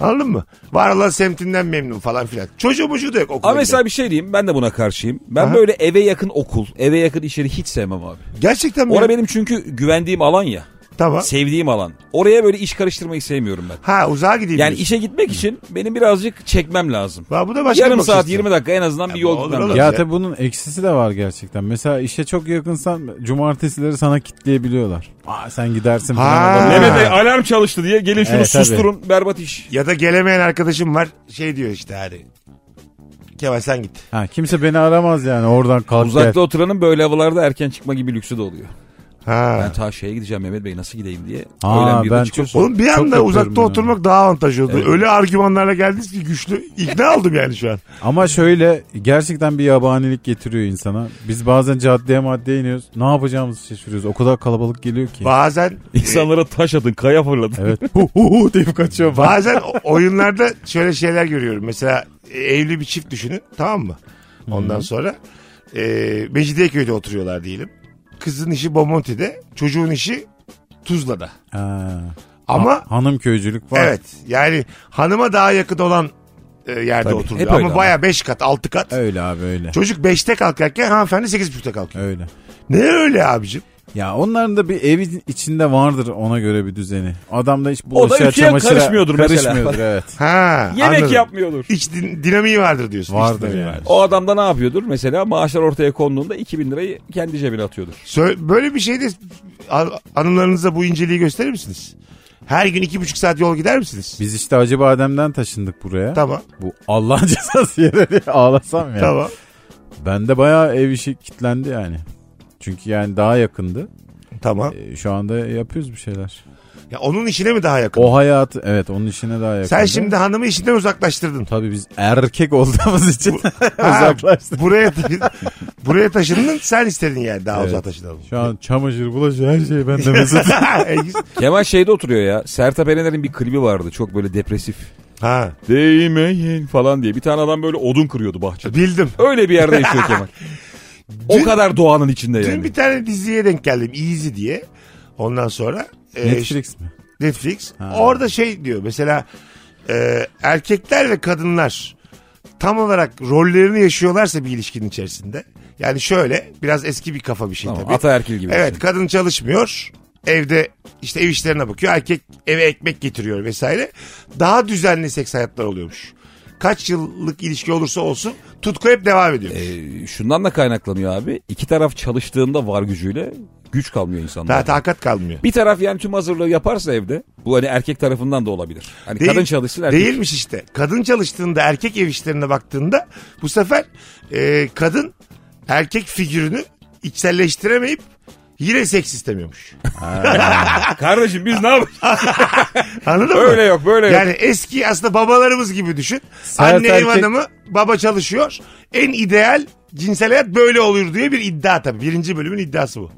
[SPEAKER 3] Anladın mı? Var olan semtinden memnun falan filan. Çocuğu bucuğu da yok okula.
[SPEAKER 5] Ama mesela
[SPEAKER 3] giden.
[SPEAKER 5] bir şey diyeyim ben de buna karşıyım. Ben
[SPEAKER 3] Aha.
[SPEAKER 5] böyle eve yakın okul, eve yakın iş yeri hiç sevmem abi.
[SPEAKER 3] Gerçekten mi?
[SPEAKER 5] Orada benim çünkü güvendiğim alan ya.
[SPEAKER 3] Tamam.
[SPEAKER 5] Sevdiğim alan. Oraya böyle iş karıştırmayı sevmiyorum ben.
[SPEAKER 3] Ha uzağa gideyim.
[SPEAKER 5] Yani
[SPEAKER 3] diyorsun.
[SPEAKER 5] işe gitmek için benim birazcık çekmem lazım.
[SPEAKER 3] Ha, bu da başka bir
[SPEAKER 5] Yarım
[SPEAKER 3] bakış
[SPEAKER 5] saat
[SPEAKER 3] açısı.
[SPEAKER 5] 20 dakika en azından bir
[SPEAKER 3] bu
[SPEAKER 5] yol
[SPEAKER 3] olur
[SPEAKER 5] gitmem
[SPEAKER 3] oğlum.
[SPEAKER 5] lazım.
[SPEAKER 4] Ya
[SPEAKER 3] Ya.
[SPEAKER 4] tabii bunun eksisi de var gerçekten. Mesela işe çok yakınsan cumartesileri sana kitleyebiliyorlar. Aa sen gidersin
[SPEAKER 3] Ha.
[SPEAKER 4] falan. olabilir.
[SPEAKER 5] Mehmet Bey alarm çalıştı diye gelin şunu
[SPEAKER 4] Evet, tabii.
[SPEAKER 5] susturun berbat iş.
[SPEAKER 3] Ya da gelemeyen arkadaşım var. Şey diyor işte hani. Kemal sen git.
[SPEAKER 4] Ha, kimse beni aramaz yani oradan kalk
[SPEAKER 5] Uzakta
[SPEAKER 4] gel.
[SPEAKER 5] oturanın böyle havalarda erken çıkma gibi lüksü de oluyor.
[SPEAKER 3] Ha.
[SPEAKER 5] Ben ta şeye gideceğim Mehmet Bey nasıl gideyim diye.
[SPEAKER 4] Ha,
[SPEAKER 5] Öğlen birde
[SPEAKER 4] ben
[SPEAKER 5] çıkıyorsun.
[SPEAKER 4] çok-
[SPEAKER 3] Oğlum bir
[SPEAKER 4] Çok
[SPEAKER 3] anda
[SPEAKER 4] yapıyorum
[SPEAKER 3] uzakta
[SPEAKER 4] ya.
[SPEAKER 3] oturmak daha avantajlı oldu. Öyle argümanlarla geldiniz ki güçlü. İkna oldum yani şu an.
[SPEAKER 4] Ama şöyle gerçekten bir yabanilik getiriyor insana. Biz bazen caddeye maddeye iniyoruz. Ne yapacağımızı şaşırıyoruz. O kadar kalabalık geliyor ki.
[SPEAKER 3] Bazen
[SPEAKER 5] İnsanlara taş atın, kaya fırlatın.
[SPEAKER 4] evet. Hu hu hu deyip kaçıyor.
[SPEAKER 3] Bazen o- oyunlarda şöyle şeyler görüyorum. Mesela e, evli bir çift düşünün tamam mı? Ondan sonra e, Mecidiyeköy'de oturuyorlar diyelim. Kızın işi Bomonti'de, çocuğun işi Tuzla'da.
[SPEAKER 4] Ha.
[SPEAKER 3] Ama
[SPEAKER 4] Ha- hanım köycülük var.
[SPEAKER 3] evet yani hanıma daha yakın olan e, yerde
[SPEAKER 5] Tabii,
[SPEAKER 3] oturuyor.
[SPEAKER 5] hep öyle
[SPEAKER 3] Ama
[SPEAKER 5] ama.
[SPEAKER 3] baya 5 kat 6 kat.
[SPEAKER 4] Öyle abi öyle.
[SPEAKER 3] Çocuk 5'te kalkarken hanımefendi 8.30'da kalkıyor.
[SPEAKER 4] Öyle.
[SPEAKER 3] Ne öyle abicim?
[SPEAKER 4] Ya onların da bir evin içinde vardır ona göre bir düzeni. Adam da hiç
[SPEAKER 5] da
[SPEAKER 4] bulaşığa
[SPEAKER 5] ikiye
[SPEAKER 4] çamaşıra
[SPEAKER 5] karışmıyordur mesela.
[SPEAKER 4] karışmıyordur, evet.
[SPEAKER 3] Ha,
[SPEAKER 5] Yemek
[SPEAKER 3] anladım.
[SPEAKER 5] yapmıyordur.
[SPEAKER 3] İç din- dinamiği vardır diyorsun. İç
[SPEAKER 4] Vardır
[SPEAKER 3] dinamiği
[SPEAKER 4] yani.
[SPEAKER 3] vardır.
[SPEAKER 5] O adam da ne yapıyordur? Mesela maaşlar ortaya konduğunda 2000 lirayı kendi cebine atıyordur.
[SPEAKER 3] Sö- Böyle bir şeyde an- anılarınıza bu inceliği gösterir misiniz? Her gün iki buçuk saat yol gider misiniz?
[SPEAKER 4] Biz işte Acıbadem'den taşındık buraya.
[SPEAKER 3] Tamam.
[SPEAKER 4] Bu Allah'ın cezası yere diye ağlasam ya.
[SPEAKER 3] Tamam.
[SPEAKER 4] Bende bayağı ev işi kitlendi yani. Çünkü yani daha yakındı.
[SPEAKER 3] Tamam.
[SPEAKER 4] Ee, Şu anda yapıyoruz bir şeyler.
[SPEAKER 3] Ya onun işine mi daha yakın?
[SPEAKER 4] O hayat evet onun işine daha yakın.
[SPEAKER 3] Sen şimdi hanımı işinden uzaklaştırdın.
[SPEAKER 4] Tabii biz erkek olduğumuz için
[SPEAKER 3] Ha,
[SPEAKER 4] uzaklaştık.
[SPEAKER 3] buraya ta- buraya taşındın. Sen istedin yani daha
[SPEAKER 4] Evet.
[SPEAKER 3] uzağa taşınalım.
[SPEAKER 4] Şu an çamaşır, bulaşı her şey bende Mesut.
[SPEAKER 3] E, güzel.
[SPEAKER 5] Kemal şeyde oturuyor ya. Sertab Erener'in bir klibi vardı. Çok böyle depresif.
[SPEAKER 3] ha.
[SPEAKER 5] Değmeyin falan diye. Bir tane adam böyle odun kırıyordu bahçede.
[SPEAKER 3] Bildim.
[SPEAKER 5] Öyle bir yerde yaşıyor Kemal. o kadar doğanın içinde
[SPEAKER 3] Dün
[SPEAKER 5] yani.
[SPEAKER 3] bir tane diziye denk geldim. Easy diye. Ondan sonra e,
[SPEAKER 4] Netflix mi?
[SPEAKER 3] Netflix. Orada şey diyor mesela e, erkekler ve kadınlar tam olarak rollerini yaşıyorlarsa bir ilişkinin içerisinde. Yani şöyle biraz eski bir kafa bir şey
[SPEAKER 5] Tamam,
[SPEAKER 3] tabii.
[SPEAKER 5] ataerkil gibi.
[SPEAKER 3] Evet kadın çalışmıyor. Evde işte ev işlerine bakıyor. Erkek eve ekmek getiriyor vesaire. Daha düzenli seks hayatlar oluyormuş. Kaç yıllık ilişki olursa olsun tutku hep devam ediyor.
[SPEAKER 5] Ee, şundan da kaynaklanıyor abi. İki taraf çalıştığında var gücüyle güç kalmıyor insanlarda.
[SPEAKER 3] Daha takat kalmıyor.
[SPEAKER 5] Bir taraf yani tüm hazırlığı yaparsa evde bu hani erkek tarafından da olabilir. Hani
[SPEAKER 3] Değil-
[SPEAKER 5] kadın çalışsın erkek.
[SPEAKER 3] Değilmiş işte. Kadın çalıştığında erkek ev işlerine baktığında bu sefer e, kadın erkek figürünü içselleştiremeyip yine seks istemiyormuş.
[SPEAKER 5] Kardeşim biz ne yapacağız?
[SPEAKER 3] Anladın mı?
[SPEAKER 5] Öyle yok böyle yok.
[SPEAKER 3] Yani eski aslında babalarımız gibi düşün.
[SPEAKER 4] Sert
[SPEAKER 3] Anne ev
[SPEAKER 4] erkek-
[SPEAKER 3] hanımı baba çalışıyor. En ideal cinsel hayat böyle olur diye bir iddia tabii. Birinci bölümün iddiası bu.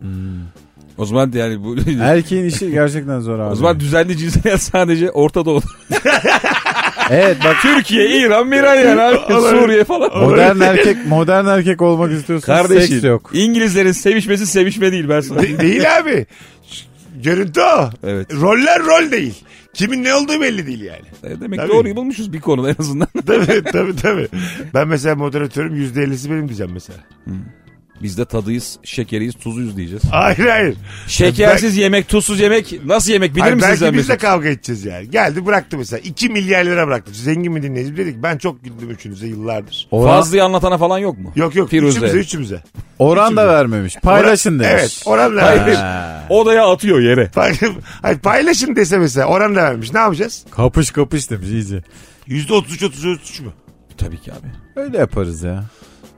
[SPEAKER 5] O zaman yani bu
[SPEAKER 4] Erkeğin işi gerçekten zor abi.
[SPEAKER 5] o zaman düzenli cinsel hayat sadece Orta Doğu'da.
[SPEAKER 4] evet bak
[SPEAKER 5] Türkiye, İran, Miran yani abi. Suriye falan.
[SPEAKER 4] modern erkek modern erkek olmak istiyorsan seks
[SPEAKER 5] Kardeşim
[SPEAKER 4] yok.
[SPEAKER 5] İngilizlerin sevişmesi sevişme değil ben sana.
[SPEAKER 3] De- değil abi. Görüntü o.
[SPEAKER 5] Evet.
[SPEAKER 3] Roller rol değil. Kimin ne olduğu belli değil yani.
[SPEAKER 5] E, Demek
[SPEAKER 3] Tabii.
[SPEAKER 5] doğruyu bulmuşuz bir konuda en azından.
[SPEAKER 3] tabii tabii tabii. Ben mesela moderatörüm yüzde ellisi benim diyeceğim mesela.
[SPEAKER 5] Biz de tadıyız, şekeriyiz, tuzuyuz diyeceğiz.
[SPEAKER 3] Hayır hayır.
[SPEAKER 5] Şekersiz yemek, tuzsuz yemek nasıl yemek bilir
[SPEAKER 3] Hayır,
[SPEAKER 5] misin
[SPEAKER 3] belki
[SPEAKER 5] sen
[SPEAKER 3] biz de
[SPEAKER 5] Mesut?
[SPEAKER 3] kavga edeceğiz yani. Geldi bıraktı mesela. 2 milyar lira bıraktı. Zengin mi dinleyici dedik. Ben çok güldüm üçünüze yıllardır.
[SPEAKER 4] Oran,
[SPEAKER 5] Fazlıyı anlatana falan yok mu?
[SPEAKER 3] Yok yok
[SPEAKER 5] Firuze.
[SPEAKER 3] üçümüze üçümüze.
[SPEAKER 4] oran da vermemiş. Paylaşın
[SPEAKER 3] Oran-
[SPEAKER 4] demiş.
[SPEAKER 3] Evet oran da vermiş.
[SPEAKER 4] Ha,
[SPEAKER 5] Odaya atıyor yere.
[SPEAKER 3] Pay- Hayır, paylaşın dese mesela oran da vermiş. Ne yapacağız?
[SPEAKER 4] kapış kapış demiş iyice.
[SPEAKER 3] Yüzde otuz üç otuz üç, otuz üç mü?
[SPEAKER 5] Tabii ki abi.
[SPEAKER 4] Öyle yaparız ya.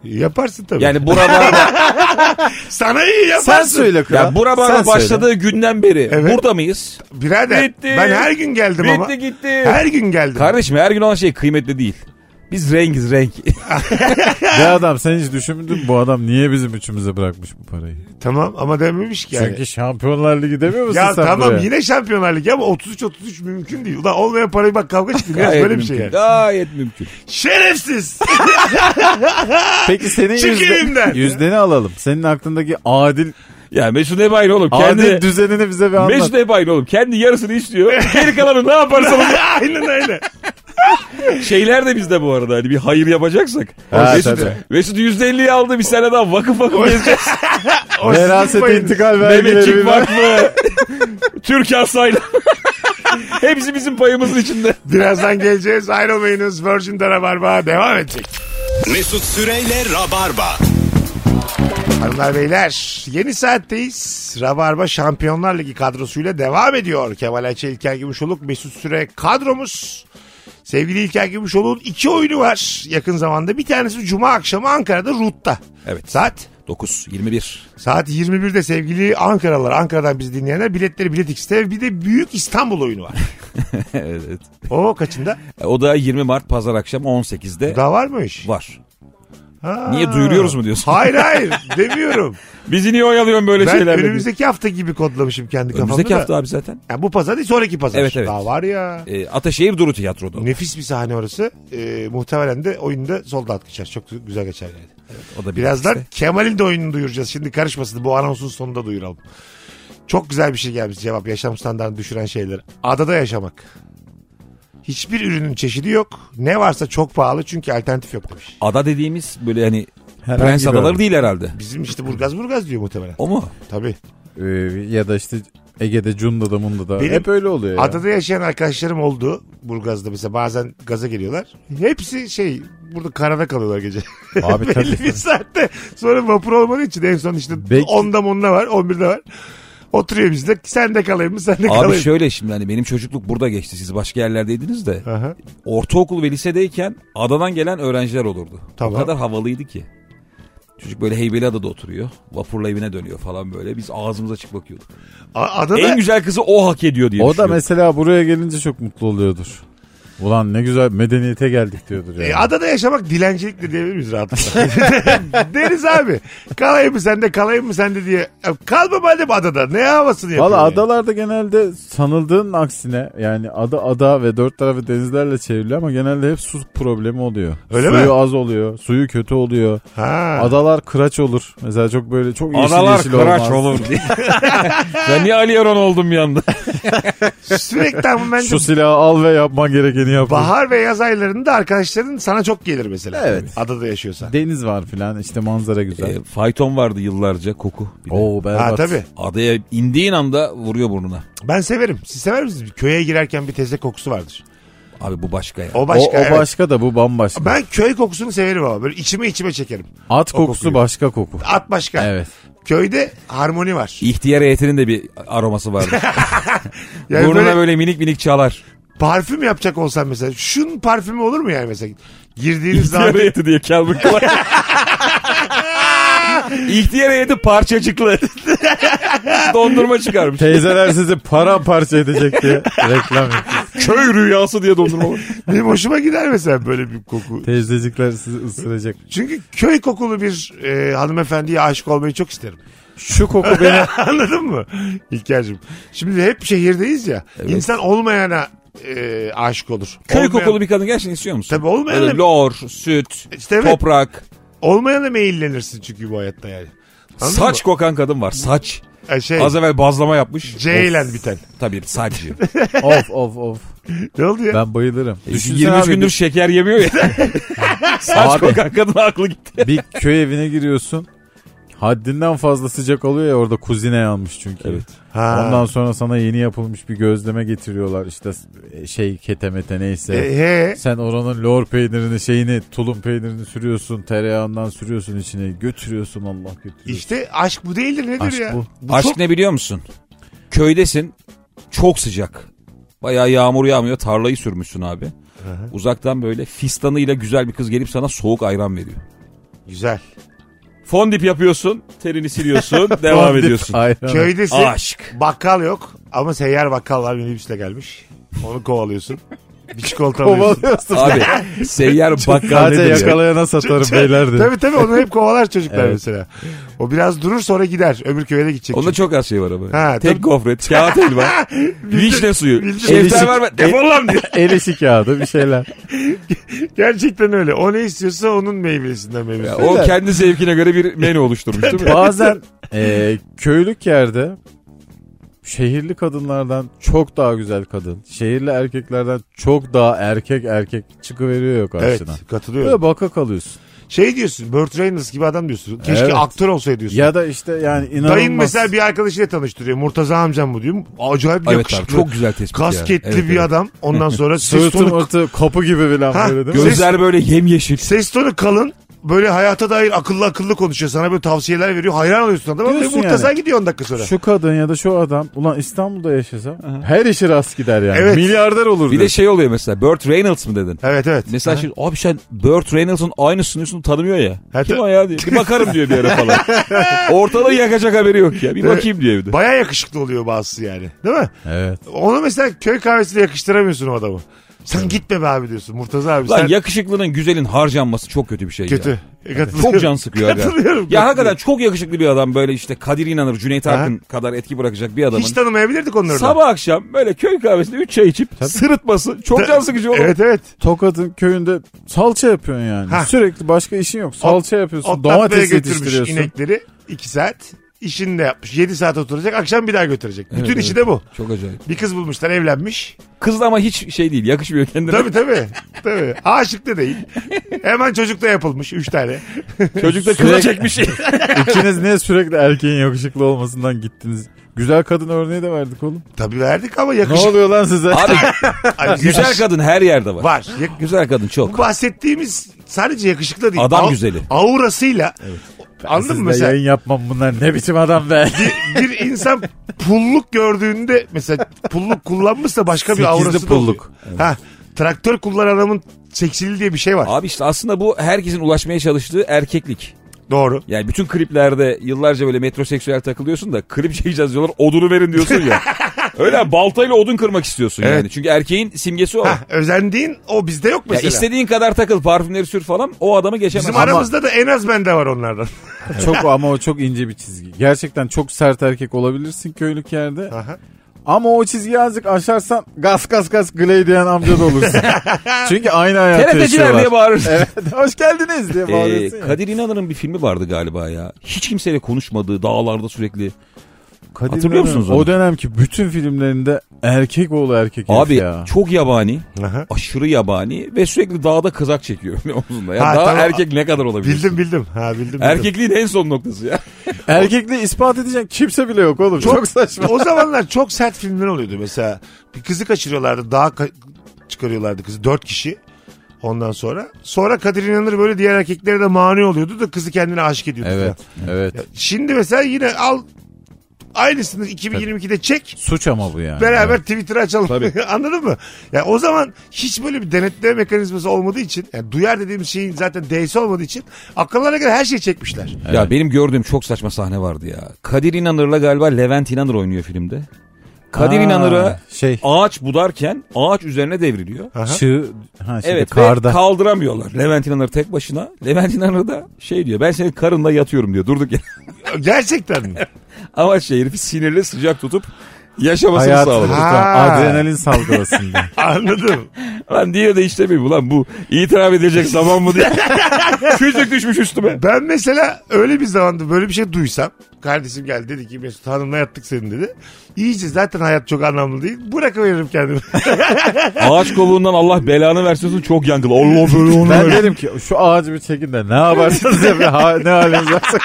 [SPEAKER 3] Yaparsın tabii.
[SPEAKER 5] Yani buralarda
[SPEAKER 3] Sana iyi
[SPEAKER 4] Sen
[SPEAKER 3] yaparsın.
[SPEAKER 4] söyle kral.
[SPEAKER 5] ya buralarda
[SPEAKER 4] Sen söyle.
[SPEAKER 5] başladığı günden beri
[SPEAKER 3] Evet.
[SPEAKER 5] burada mıyız?
[SPEAKER 3] Birader
[SPEAKER 5] Bitti.
[SPEAKER 3] ben her gün geldim
[SPEAKER 5] Bitti
[SPEAKER 3] ama.
[SPEAKER 5] gitti.
[SPEAKER 3] Her gün geldim.
[SPEAKER 5] Kardeşim her gün olan şey kıymetli değil. Biz rengiz renk.
[SPEAKER 4] Ya adam sen hiç düşünmedin mi? bu adam niye bizim üçümüze bırakmış bu parayı?
[SPEAKER 3] Tamam ama dememiş ki yani.
[SPEAKER 4] Sanki Şampiyonlar Ligi demiyor musun
[SPEAKER 3] Ya
[SPEAKER 4] sen
[SPEAKER 3] tamam
[SPEAKER 4] buraya?
[SPEAKER 3] yine Şampiyonlar Ligi ama 33-33 mümkün değil. Ulan olmayan parayı bak kavga çıktı. Biraz
[SPEAKER 5] Gayet
[SPEAKER 3] böyle bir
[SPEAKER 5] mümkün.
[SPEAKER 3] şey yani.
[SPEAKER 5] Gayet mümkün.
[SPEAKER 3] Şerefsiz.
[SPEAKER 4] Peki senin
[SPEAKER 3] Çık
[SPEAKER 4] yüzde,
[SPEAKER 3] elimden.
[SPEAKER 4] yüzdeni alalım. Senin aklındaki adil
[SPEAKER 5] Ya Mesut Ebay'ın oğlum kendi
[SPEAKER 4] adil düzenini bize bir anlat.
[SPEAKER 5] Mesut Ebay'ın oğlum kendi yarısını istiyor. Geri kalanı ne yaparsanız
[SPEAKER 3] aynen öyle.
[SPEAKER 5] Şeyler de bizde bu arada hani bir hayır yapacaksak.
[SPEAKER 4] Ha,
[SPEAKER 5] Mesut,
[SPEAKER 4] tabii.
[SPEAKER 5] Mesut %50'yi aldı bir sene daha vakıf vakıf gezeceğiz.
[SPEAKER 3] O sizin
[SPEAKER 4] Verasete
[SPEAKER 3] payınız.
[SPEAKER 4] intikal vergileri
[SPEAKER 5] Mehmetçik
[SPEAKER 4] var.
[SPEAKER 5] Vakfı. Türk Asayla. Hepsi bizim payımızın içinde.
[SPEAKER 3] Birazdan geleceğiz. Ayrılmayınız. Virgin'de Rabarba devam edecek.
[SPEAKER 2] Mesut Süreyle Rabarba.
[SPEAKER 3] Hanımlar beyler yeni saatteyiz. Rabarba Şampiyonlar Ligi kadrosuyla devam ediyor. Kemal Ayça, İlker Gümüşoluk, Mesut Süre kadromuz. Sevgili İlker Gümüşoluk'un iki oyunu var yakın zamanda. Bir tanesi Cuma akşamı Ankara'da RUT'ta.
[SPEAKER 5] Evet.
[SPEAKER 3] Saat?
[SPEAKER 5] 9, 21.
[SPEAKER 3] Saat 21'de sevgili Ankaralılar, Ankara'dan bizi dinleyenler biletleri Bilet X'te bir de Büyük İstanbul oyunu var.
[SPEAKER 5] evet.
[SPEAKER 3] O kaçında?
[SPEAKER 5] E, O da 20 Mart pazar akşam 18'de
[SPEAKER 3] Daha var mı o iş?
[SPEAKER 5] var.
[SPEAKER 3] Ha.
[SPEAKER 5] Niye duyuruyoruz mu diyorsun?
[SPEAKER 3] Hayır hayır demiyorum.
[SPEAKER 5] Bizi niye oyalıyorsun böyle
[SPEAKER 3] ben
[SPEAKER 5] şeylerle?
[SPEAKER 3] önümüzdeki hafta gibi kodlamışım kendi kafamda
[SPEAKER 5] Önümüzdeki
[SPEAKER 3] da.
[SPEAKER 5] hafta abi zaten.
[SPEAKER 3] Yani bu pazar değil sonraki pazar.
[SPEAKER 5] Evet, evet.
[SPEAKER 3] Daha var ya.
[SPEAKER 5] E, Ataşehir Duru Tiyatro'da.
[SPEAKER 3] Nefis bir sahne orası. Ee, muhtemelen de oyunda solda at geçer. Çok güzel geçer yani.
[SPEAKER 5] O da bir
[SPEAKER 3] Birazdan
[SPEAKER 5] işte.
[SPEAKER 3] Kemal'in de oyununu duyuracağız. Şimdi karışmasın bu anonsun sonunda duyuralım. Çok güzel bir şey gelmiş cevap. Yaşam standartını düşüren şeyler. Adada yaşamak. Hiçbir ürünün çeşidi yok. Ne varsa çok pahalı çünkü alternatif yok demiş.
[SPEAKER 5] Ada dediğimiz böyle hani
[SPEAKER 4] Herhangi
[SPEAKER 5] prens
[SPEAKER 4] bir
[SPEAKER 5] adaları
[SPEAKER 4] ada.
[SPEAKER 5] değil herhalde.
[SPEAKER 3] Bizim işte burgaz burgaz diyor muhtemelen.
[SPEAKER 5] O mu?
[SPEAKER 3] Tabii.
[SPEAKER 4] Ee, ya da işte Ege'de, Cunda'da, Munda'da.
[SPEAKER 3] Benim
[SPEAKER 4] Hep öyle oluyor ya.
[SPEAKER 3] Adada yaşayan arkadaşlarım oldu. Burgaz'da mesela bazen gaza geliyorlar. Hepsi şey burada karada kalıyorlar gece.
[SPEAKER 4] Abi
[SPEAKER 3] Belli
[SPEAKER 4] tabii.
[SPEAKER 3] bir saatte sonra vapur olmadığı için en son işte
[SPEAKER 4] Belki-
[SPEAKER 3] 10'da 10'da var 11'de var. Oturuyor bizde sen de kalayım mı sen de
[SPEAKER 5] Abi
[SPEAKER 3] kalayım.
[SPEAKER 5] şöyle şimdi hani benim çocukluk burada geçti. Siz başka yerlerdeydiniz de.
[SPEAKER 3] Aha.
[SPEAKER 5] Ortaokul ve lisedeyken adadan gelen öğrenciler olurdu.
[SPEAKER 3] Tamam.
[SPEAKER 5] O kadar havalıydı ki. Çocuk böyle Heybeliada'da oturuyor. Vapurla evine dönüyor falan böyle. Biz ağzımıza açık bakıyorduk.
[SPEAKER 3] A- Adada
[SPEAKER 5] En güzel kızı o hak ediyor diye
[SPEAKER 4] O da
[SPEAKER 5] düşünüyorum.
[SPEAKER 4] mesela buraya gelince çok mutlu oluyordur. Ulan ne güzel medeniyete geldik diyordur yani.
[SPEAKER 3] E, adada yaşamak dilencilik de diyebilir miyiz rahatlıkla? Deriz abi. Kalayım mı sen de kalayım mı sen de diye. Ya Kalma madem adada. Ne havasını yapıyorsun?
[SPEAKER 4] Valla
[SPEAKER 3] yani?
[SPEAKER 4] adalarda genelde sanıldığın aksine yani ada ada ve dört tarafı denizlerle çevrili ama genelde hep su problemi oluyor.
[SPEAKER 3] Öyle
[SPEAKER 4] suyu
[SPEAKER 3] mi?
[SPEAKER 4] az oluyor, suyu kötü oluyor.
[SPEAKER 3] Ha.
[SPEAKER 4] Adalar kıraç olur. Mesela çok böyle çok yeşil
[SPEAKER 5] Analar
[SPEAKER 4] yeşil
[SPEAKER 5] kıraç
[SPEAKER 4] olmaz.
[SPEAKER 5] olur diye. ben niye Ali Yaron oldum bir anda?
[SPEAKER 3] Sürekli ama bence
[SPEAKER 4] Şu silahı al ve yapman gerekeni yap.
[SPEAKER 3] bahar ve yaz aylarında arkadaşların sana çok gelir mesela.
[SPEAKER 4] Evet.
[SPEAKER 3] Adada yaşıyorsan.
[SPEAKER 4] Deniz var filan işte manzara güzel.
[SPEAKER 5] E, fayton vardı yıllarca koku. Bir de.
[SPEAKER 4] Oo berbat.
[SPEAKER 3] ha tabii.
[SPEAKER 5] Adaya indiğin anda vuruyor burnuna.
[SPEAKER 3] Ben severim. Siz sever misiniz? Köye girerken bir teze kokusu vardır.
[SPEAKER 5] Abi bu başka ya.
[SPEAKER 3] O
[SPEAKER 4] O-
[SPEAKER 3] başka.
[SPEAKER 4] o,
[SPEAKER 3] evet.
[SPEAKER 4] başka da bu bambaşka.
[SPEAKER 3] Ben köy kokusunu severim ama böyle içime içime çekerim.
[SPEAKER 4] At
[SPEAKER 3] o
[SPEAKER 4] kokusu
[SPEAKER 3] kokuyu.
[SPEAKER 4] başka koku.
[SPEAKER 3] At başka.
[SPEAKER 4] Evet.
[SPEAKER 3] Köyde harmoni var.
[SPEAKER 5] İhtiyar heyetinin de bir aroması vardı.
[SPEAKER 3] Yani
[SPEAKER 5] Burnuna
[SPEAKER 3] böyle
[SPEAKER 5] böyle... minik minik çalar.
[SPEAKER 3] parfüm yapacak olsan mesela şunun parfümü olur mu yani mesela? Girdiğiniz
[SPEAKER 5] İhtiyar
[SPEAKER 3] zaman
[SPEAKER 5] heyeti diye Calvin Klein. İhtiyar heyeti parçacıklı. dondurma çıkarmış.
[SPEAKER 4] Teyzeler sizi paramparça edecek diye reklam yapıyor.
[SPEAKER 5] Köy rüyası diye dondurma var.
[SPEAKER 3] benim hoşuma gider mesela böyle bir koku.
[SPEAKER 4] Teyzecikler sizi ısıracak.
[SPEAKER 3] Çünkü köy kokulu bir e, hanımefendiye aşık olmayı çok isterim.
[SPEAKER 4] Şu koku beni
[SPEAKER 3] Anladın mı? İlker'cim. Şimdi hep şehirdeyiz ya. İnsan olmayana e, aşık olur.
[SPEAKER 5] Köy
[SPEAKER 3] Olmayan-
[SPEAKER 5] kokulu bir kadın gerçekten istiyor musun?
[SPEAKER 3] Tabii olmayan-
[SPEAKER 5] Böyle lor, süt,
[SPEAKER 3] İşte evet.
[SPEAKER 5] toprak.
[SPEAKER 3] Olmayana meyillenirsin çünkü bu hayatta yani. Anladın
[SPEAKER 5] saç
[SPEAKER 3] mı?
[SPEAKER 5] kokan kadın var. Saç.
[SPEAKER 3] E, şey,
[SPEAKER 5] Az evvel bazlama yapmış.
[SPEAKER 3] C ile
[SPEAKER 5] Of.
[SPEAKER 3] biten.
[SPEAKER 5] Tabii saç.
[SPEAKER 4] of of of.
[SPEAKER 3] Ne oldu ya?
[SPEAKER 4] Ben bayılırım. Düşünsene
[SPEAKER 5] 23
[SPEAKER 4] abi,
[SPEAKER 5] E, gündür
[SPEAKER 4] bir-
[SPEAKER 5] şeker yemiyor ya. saç
[SPEAKER 4] Abi.
[SPEAKER 5] kokan kadın aklı gitti.
[SPEAKER 4] bir köy evine giriyorsun. Haddinden fazla sıcak oluyor ya orada kuzine yanmış çünkü.
[SPEAKER 5] Evet.
[SPEAKER 3] Ha.
[SPEAKER 4] Ondan sonra sana yeni yapılmış bir gözleme getiriyorlar işte e, şey ketemete neyse.
[SPEAKER 3] E, he.
[SPEAKER 4] Sen oranın lor peynirini şeyini tulum peynirini sürüyorsun tereyağından sürüyorsun içine götürüyorsun Allah götürüyor.
[SPEAKER 3] İşte aşk bu değildir nedir
[SPEAKER 4] Aşk
[SPEAKER 3] ya?
[SPEAKER 4] bu.
[SPEAKER 5] Aşk
[SPEAKER 3] çok-
[SPEAKER 5] ne biliyor musun? Köydesin. Çok sıcak. Bayağı yağmur yağmıyor. Tarlayı sürmüşsün abi. Uzaktan böyle fistanıyla güzel bir kız gelip sana soğuk ayran veriyor.
[SPEAKER 3] Güzel.
[SPEAKER 5] Fondip yapıyorsun. Terini siliyorsun. devam
[SPEAKER 4] Fondip
[SPEAKER 5] ediyorsun.
[SPEAKER 4] ayranı.
[SPEAKER 3] Köydesin.
[SPEAKER 5] Aşk.
[SPEAKER 3] Bakkal yok ama seyyar bakkal var minibüsle gelmiş. Onu kovalıyorsun. Bir çikolata alıyorsun.
[SPEAKER 4] Kovalıyorsun.
[SPEAKER 5] Abi seyyar bakkal
[SPEAKER 4] Sadece
[SPEAKER 5] nedir ya?
[SPEAKER 4] yakalayana satarım beyler de.
[SPEAKER 3] Tabii tabii onu hep kovalar çocuklar
[SPEAKER 4] Evet.
[SPEAKER 3] mesela. O biraz durur sonra gider. Öbür köye de gidecek.
[SPEAKER 5] Onda çok az şey var ama.
[SPEAKER 3] Ha,
[SPEAKER 5] Tek
[SPEAKER 3] tabii.
[SPEAKER 5] gofret, kağıt helva, vişne suyu,
[SPEAKER 3] bildim.
[SPEAKER 5] şeftali
[SPEAKER 4] Erişik-
[SPEAKER 5] var mı? Defol lan diye.
[SPEAKER 4] El işi kağıdı bir şeyler.
[SPEAKER 3] Gerçekten öyle. O ne istiyorsa onun meyvesinden meyvesi.
[SPEAKER 5] O kendi zevkine göre bir menü oluşturmuş değil mi?
[SPEAKER 4] Bazen e, köylük yerde şehirli kadınlardan çok daha güzel kadın. Şehirli erkeklerden çok daha erkek erkek çıkıveriyor ya
[SPEAKER 3] Evet
[SPEAKER 4] karşına.
[SPEAKER 3] katılıyorum.
[SPEAKER 4] Böyle baka kalıyorsun.
[SPEAKER 3] Şey diyorsun Burt Reynolds gibi adam diyorsun. Keşke
[SPEAKER 4] Evet.
[SPEAKER 3] aktör olsaydı diyorsun.
[SPEAKER 4] Ya da işte yani inanılmaz.
[SPEAKER 3] Dayın mesela bir arkadaşıyla tanıştırıyor. Murtaza amcam bu diyor. Acayip
[SPEAKER 5] Evet
[SPEAKER 3] yakışıklı.
[SPEAKER 5] abi, çok güzel tespit ya.
[SPEAKER 3] Kasketli
[SPEAKER 5] Evet,
[SPEAKER 3] bir
[SPEAKER 5] evet.
[SPEAKER 3] adam. Ondan sonra ses
[SPEAKER 4] Sırtım
[SPEAKER 3] tonu,
[SPEAKER 4] atı kapı gibi falan
[SPEAKER 3] şey Ha,
[SPEAKER 4] böyle değil
[SPEAKER 3] göz-
[SPEAKER 4] mi?
[SPEAKER 5] Gözler böyle yemyeşil.
[SPEAKER 3] ses tonu kalın. Böyle hayata dair akıllı akıllı konuşuyor. Sana böyle tavsiyeler veriyor. Hayran oluyorsun adama. Ve
[SPEAKER 4] Diyorsun
[SPEAKER 3] Murtaza
[SPEAKER 4] yani.
[SPEAKER 3] gidiyor 10 dakika sonra.
[SPEAKER 4] Şu kadın ya da şu adam ulan İstanbul'da yaşasam her işi rast gider yani.
[SPEAKER 3] Evet.
[SPEAKER 4] Milyarder olur.
[SPEAKER 5] Bir de
[SPEAKER 4] diyorsun.
[SPEAKER 5] şey oluyor mesela Burt Reynolds mı dedin?
[SPEAKER 3] Evet evet.
[SPEAKER 5] Mesela şimdi abi sen Burt Reynolds'ın aynısını diyorsun tanımıyor ya.
[SPEAKER 3] Ha,
[SPEAKER 5] Kim
[SPEAKER 3] ta-
[SPEAKER 5] o ya diyor. Bir bakarım diyor bir ara falan. Ortalığı yakacak haberi yok ya. Bir bakayım diyor evde.
[SPEAKER 3] Baya yakışıklı oluyor bazısı yani. Değil mi?
[SPEAKER 4] Evet.
[SPEAKER 3] Onu mesela köy kahvesiyle yakıştıramıyorsun o adamı. Sen gitme be abi diyorsun. Murtaza abi
[SPEAKER 5] Lan
[SPEAKER 3] sen
[SPEAKER 5] yakışıklının güzelin harcanması çok kötü bir şey
[SPEAKER 3] kötü.
[SPEAKER 5] ya.
[SPEAKER 3] E, katılıyorum.
[SPEAKER 5] Çok can sıkıyor. aga.
[SPEAKER 3] Katılıyorum,
[SPEAKER 5] Ya
[SPEAKER 3] katılıyorum.
[SPEAKER 5] hakikaten çok yakışıklı bir adam böyle işte Kadir İnanır, Cüneyt
[SPEAKER 3] Aha.
[SPEAKER 5] Arkın kadar etki bırakacak bir adamın.
[SPEAKER 3] Hiç tanımayabilirdik onları da.
[SPEAKER 5] Sabah akşam böyle köy kahvesinde 3 çay içip sırıtması çok can sıkıcı oğlum.
[SPEAKER 3] Evet evet.
[SPEAKER 4] Tokat'ın köyünde salça yapıyorsun yani.
[SPEAKER 3] Ha.
[SPEAKER 4] Sürekli başka işin yok. Salça yapıyorsun.
[SPEAKER 3] Otlatmaya
[SPEAKER 4] domates
[SPEAKER 3] götürmüş
[SPEAKER 4] yetiştiriyorsun.
[SPEAKER 3] inekleri 2 saat. İşini de yapmış. 7 saat oturacak. Akşam bir daha götürecek. Bütün işi de bu.
[SPEAKER 5] Çok acayip.
[SPEAKER 3] Bir kız bulmuşlar evlenmiş.
[SPEAKER 5] Kız da ama hiç şey değil yakışmıyor kendine.
[SPEAKER 3] Tabii tabii. tabii. Aşık da değil. Hemen çocuk da yapılmış. 3 tane.
[SPEAKER 5] Çocuk da kıza
[SPEAKER 4] Sürekli-
[SPEAKER 5] çekmiş.
[SPEAKER 4] İkiniz niye sürekli erkeğin yakışıklı olmasından gittiniz? Güzel kadın örneği de verdik oğlum.
[SPEAKER 3] Tabii verdik ama
[SPEAKER 4] Ne
[SPEAKER 3] yakışık.
[SPEAKER 4] oluyor lan size?
[SPEAKER 5] Abi
[SPEAKER 3] Ay,
[SPEAKER 5] güzel
[SPEAKER 3] yakış-
[SPEAKER 5] kadın her yerde var.
[SPEAKER 3] Var. Yak-
[SPEAKER 5] Güzel kadın çok.
[SPEAKER 3] Bu bahsettiğimiz sadece yakışıklı değil.
[SPEAKER 5] Adam güzeli.
[SPEAKER 3] Aurasıyla. Anladın
[SPEAKER 4] Sizle
[SPEAKER 3] mı mesela?
[SPEAKER 4] yayın yapmam bunlar ne biçim adam be.
[SPEAKER 3] bir insan pulluk gördüğünde mesela pulluk kullanmışsa başka bir
[SPEAKER 4] Sekizli
[SPEAKER 3] aurası da oluyor.
[SPEAKER 4] pulluk.
[SPEAKER 3] Ha, traktör kullanan adamın seksili diye bir şey var.
[SPEAKER 5] Abi işte aslında bu herkesin ulaşmaya çalıştığı erkeklik.
[SPEAKER 3] Doğru.
[SPEAKER 5] Yani bütün kliplerde yıllarca böyle metroseksüel takılıyorsun da klip çekeceğiz diyorlar odunu verin diyorsun ya. Öyle abi, baltayla odun kırmak istiyorsun
[SPEAKER 3] Evet.
[SPEAKER 5] yani. Çünkü erkeğin simgesi o.
[SPEAKER 3] Ha, özendiğin o bizde yok
[SPEAKER 5] ya
[SPEAKER 3] mesela.
[SPEAKER 5] istediğin kadar takıl parfümleri sür falan o adamı geçemez.
[SPEAKER 3] Bizim
[SPEAKER 5] Ama
[SPEAKER 3] aramızda da en az bende var onlardan.
[SPEAKER 4] çok ama o çok ince bir çizgi. Gerçekten çok sert erkek olabilirsin köylük yerde.
[SPEAKER 3] Aha.
[SPEAKER 4] Ama o çizgiyi azıcık aşarsan gas gas gas gley diyen amca da olursun. Çünkü aynı hayatı
[SPEAKER 5] TRT'ciler
[SPEAKER 4] yaşıyorlar.
[SPEAKER 5] diye bağırırsın.
[SPEAKER 4] şey Evet, hoş geldiniz diye
[SPEAKER 5] Ee,
[SPEAKER 4] bağırıyorsun ya.
[SPEAKER 5] Kadir İnanır'ın bir filmi vardı galiba ya. Hiç kimseyle konuşmadığı dağlarda sürekli.
[SPEAKER 4] Kadir
[SPEAKER 5] Hatırlıyor
[SPEAKER 4] İnanır'ın
[SPEAKER 5] musunuz onu?
[SPEAKER 4] O dönemki bütün filmlerinde erkek oğlu erkek
[SPEAKER 5] Abi
[SPEAKER 4] herif ya.
[SPEAKER 5] çok yabani.
[SPEAKER 3] Aha.
[SPEAKER 5] Aşırı yabani ve sürekli dağda kızak çekiyor omzunda. Ya
[SPEAKER 3] Ha,
[SPEAKER 5] daha
[SPEAKER 3] tamam.
[SPEAKER 5] erkek ne kadar olabilir?
[SPEAKER 3] Bildim bildim. Ha bildim. bildim.
[SPEAKER 5] Erkekliğin en son noktası ya.
[SPEAKER 4] Erkekliği ispat edecek kimse bile yok oğlum. Çok, saçma.
[SPEAKER 3] O zamanlar çok sert filmler oluyordu mesela. Bir kızı kaçırıyorlardı. Dağa ka- çıkarıyorlardı kızı. Dört kişi. Ondan sonra. Sonra Kadir İnanır böyle diğer erkeklere de mani oluyordu da kızı kendine aşık ediyordu.
[SPEAKER 4] Evet,
[SPEAKER 3] falan.
[SPEAKER 4] evet.
[SPEAKER 3] Şimdi mesela yine al aynısını 2022'de çek.
[SPEAKER 4] Suç ama bu yani.
[SPEAKER 3] Beraber Twitter açalım. Anladın mı? Yani o zaman hiç böyle bir denetleme mekanizması olmadığı için yani duyar dediğimiz şeyin zaten D'si olmadığı için akıllarına göre her şeyi çekmişler.
[SPEAKER 5] Ya benim gördüğüm çok saçma sahne vardı ya. Kadir İnanır'la galiba Levent İnanır oynuyor filmde. Kadir
[SPEAKER 4] Aa,
[SPEAKER 5] İnanır'a
[SPEAKER 4] şey
[SPEAKER 5] ağaç budarken ağaç üzerine devriliyor.
[SPEAKER 3] Aha.
[SPEAKER 4] çığ ha şeyde
[SPEAKER 5] Evet ve
[SPEAKER 4] karda.
[SPEAKER 5] kaldıramıyorlar. Levent İnanır tek başına. Levent İnanır da şey diyor ben senin karınla yatıyorum diyor durduk ya.
[SPEAKER 3] Gerçekten mi?
[SPEAKER 5] Ama şey herifi sinirli sıcak tutup yaşamasını
[SPEAKER 4] Hayatı
[SPEAKER 5] sağladı.
[SPEAKER 4] tutan
[SPEAKER 3] Ha.
[SPEAKER 4] adrenalin salgılasın diye.
[SPEAKER 3] Anladım.
[SPEAKER 5] Lan diye de işlemiyor ulan bu itiraf edecek zaman mı diye. Küçük düşmüş üstüme.
[SPEAKER 3] Ben mesela öyle bir zamanda böyle bir şey duysam kardeşim geldi dedi ki Mesut hanımla yattık senin dedi. İyice zaten hayat çok anlamlı değil. Bırakıveririm kendimi.
[SPEAKER 5] Ağaç kovuğundan Allah belanı versin çok yankılı. Allah böyle onu
[SPEAKER 4] ben derim ki şu ağacı bir çekin de ne yaparsınız ya bir ha- ne haliniz varsa.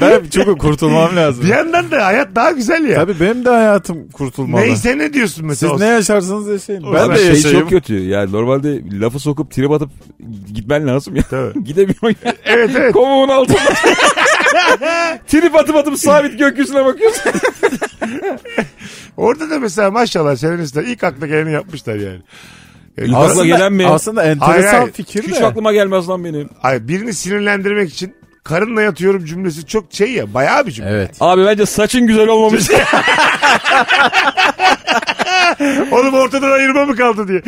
[SPEAKER 4] Ben çok kurtulmam lazım.
[SPEAKER 3] bir yandan da hayat daha güzel ya.
[SPEAKER 4] Tabii benim de hayatım kurtulmalı.
[SPEAKER 3] Neyse ne diyorsun mesela.
[SPEAKER 4] Siz
[SPEAKER 3] o-
[SPEAKER 4] ne yaşarsanız yaşayın. Ben
[SPEAKER 5] Abi
[SPEAKER 4] de
[SPEAKER 5] şey
[SPEAKER 4] yaşayayım.
[SPEAKER 5] çok kötü. Yani normalde lafı sokup trip atıp gitmen lazım ya.
[SPEAKER 3] Tabii.
[SPEAKER 5] Gidemiyorsun ya.
[SPEAKER 3] Evet evet.
[SPEAKER 5] Kovuğun altında. trip atıp atıp sabit gökyüzüne bakıyorsun.
[SPEAKER 3] Orada da mesela maşallah senaristler ilk akla geleni yapmışlar yani. E, Yani
[SPEAKER 5] Akla
[SPEAKER 3] aslında-
[SPEAKER 5] gelen mi?
[SPEAKER 4] Aslında enteresan
[SPEAKER 3] Hayır, hayır.
[SPEAKER 4] fikir de.
[SPEAKER 5] Hiç aklıma gelmez lan benim.
[SPEAKER 3] Hayır, birini sinirlendirmek için karınla yatıyorum cümlesi çok şey ya bayağı bir cümle.
[SPEAKER 4] Evet.
[SPEAKER 5] Abi bence saçın güzel olmamış.
[SPEAKER 3] Oğlum ortadan ayırma mı kaldı diye.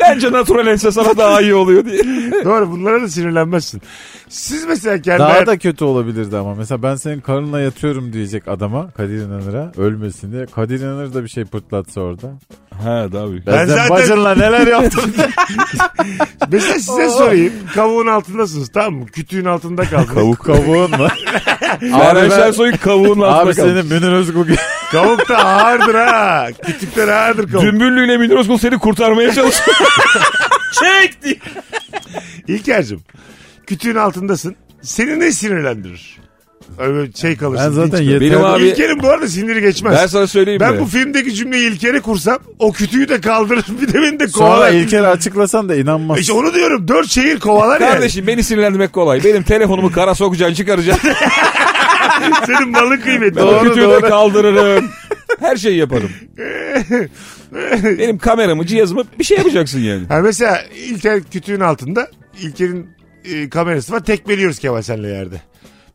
[SPEAKER 5] bence natural ense sana daha iyi oluyor diye.
[SPEAKER 3] Doğru bunlara da sinirlenmezsin. Siz mesela kendi
[SPEAKER 4] Daha
[SPEAKER 3] hayat-
[SPEAKER 4] da kötü olabilirdi ama. Mesela ben senin karınla yatıyorum diyecek adama Kadir İnanır'a ölmesin diye. Kadir İnanır da bir şey pırtlatsa orada.
[SPEAKER 5] He daha büyük.
[SPEAKER 4] Ben,
[SPEAKER 3] zaten-
[SPEAKER 4] zaten... bacınla neler yaptım.
[SPEAKER 3] Mesela size sorayım. Kavuğun altındasınız tamam mı? Kütüğün altında kaldınız.
[SPEAKER 4] Kavuğun mu?
[SPEAKER 5] Meral
[SPEAKER 4] ben-
[SPEAKER 5] Şensoy'un kavuğunun altına
[SPEAKER 4] Abi
[SPEAKER 5] kalmış.
[SPEAKER 4] senin Münir Özkul gibi-
[SPEAKER 3] Kavuk da ağırdır ha. Kütükler ağırdır kavuk.
[SPEAKER 5] Dümbüllü ile Münir Özkul seni kurtarmaya çalışıyor. Çek diye.
[SPEAKER 3] İlker'cim kütüğün altındasın. Seni ne sinirlendirir? Öyle böyle şey kalırsın.
[SPEAKER 4] Ben zaten
[SPEAKER 3] dinç kalırsın.
[SPEAKER 4] yeter.
[SPEAKER 5] Benim abi-
[SPEAKER 3] İlker'in bu arada siniri geçmez.
[SPEAKER 5] Ben sana söyleyeyim
[SPEAKER 3] Ben
[SPEAKER 5] mi?
[SPEAKER 3] bu filmdeki cümleyi İlker'e kursam o kütüğü de kaldırır bir de beni de
[SPEAKER 4] Sonra
[SPEAKER 3] kovalar.
[SPEAKER 4] İlker açıklasan da inanmaz.
[SPEAKER 3] İşte onu diyorum dört şehir kovalar ya. Yani.
[SPEAKER 5] Kardeşim beni sinirlendirmek kolay. Benim telefonumu kara sokacaksın çıkaracaksın.
[SPEAKER 3] Senin malın kıymetli.
[SPEAKER 5] Doğru,
[SPEAKER 3] Doğru.
[SPEAKER 5] Kütüğü de kaldırırım. Her şeyi yaparım. Benim kameramı, cihazımı bir şey yapacaksın yani.
[SPEAKER 3] Ha mesela İlker kütüğün altında İlker'in e, kamerası var. Tekmeliyoruz Kemal senle yerde.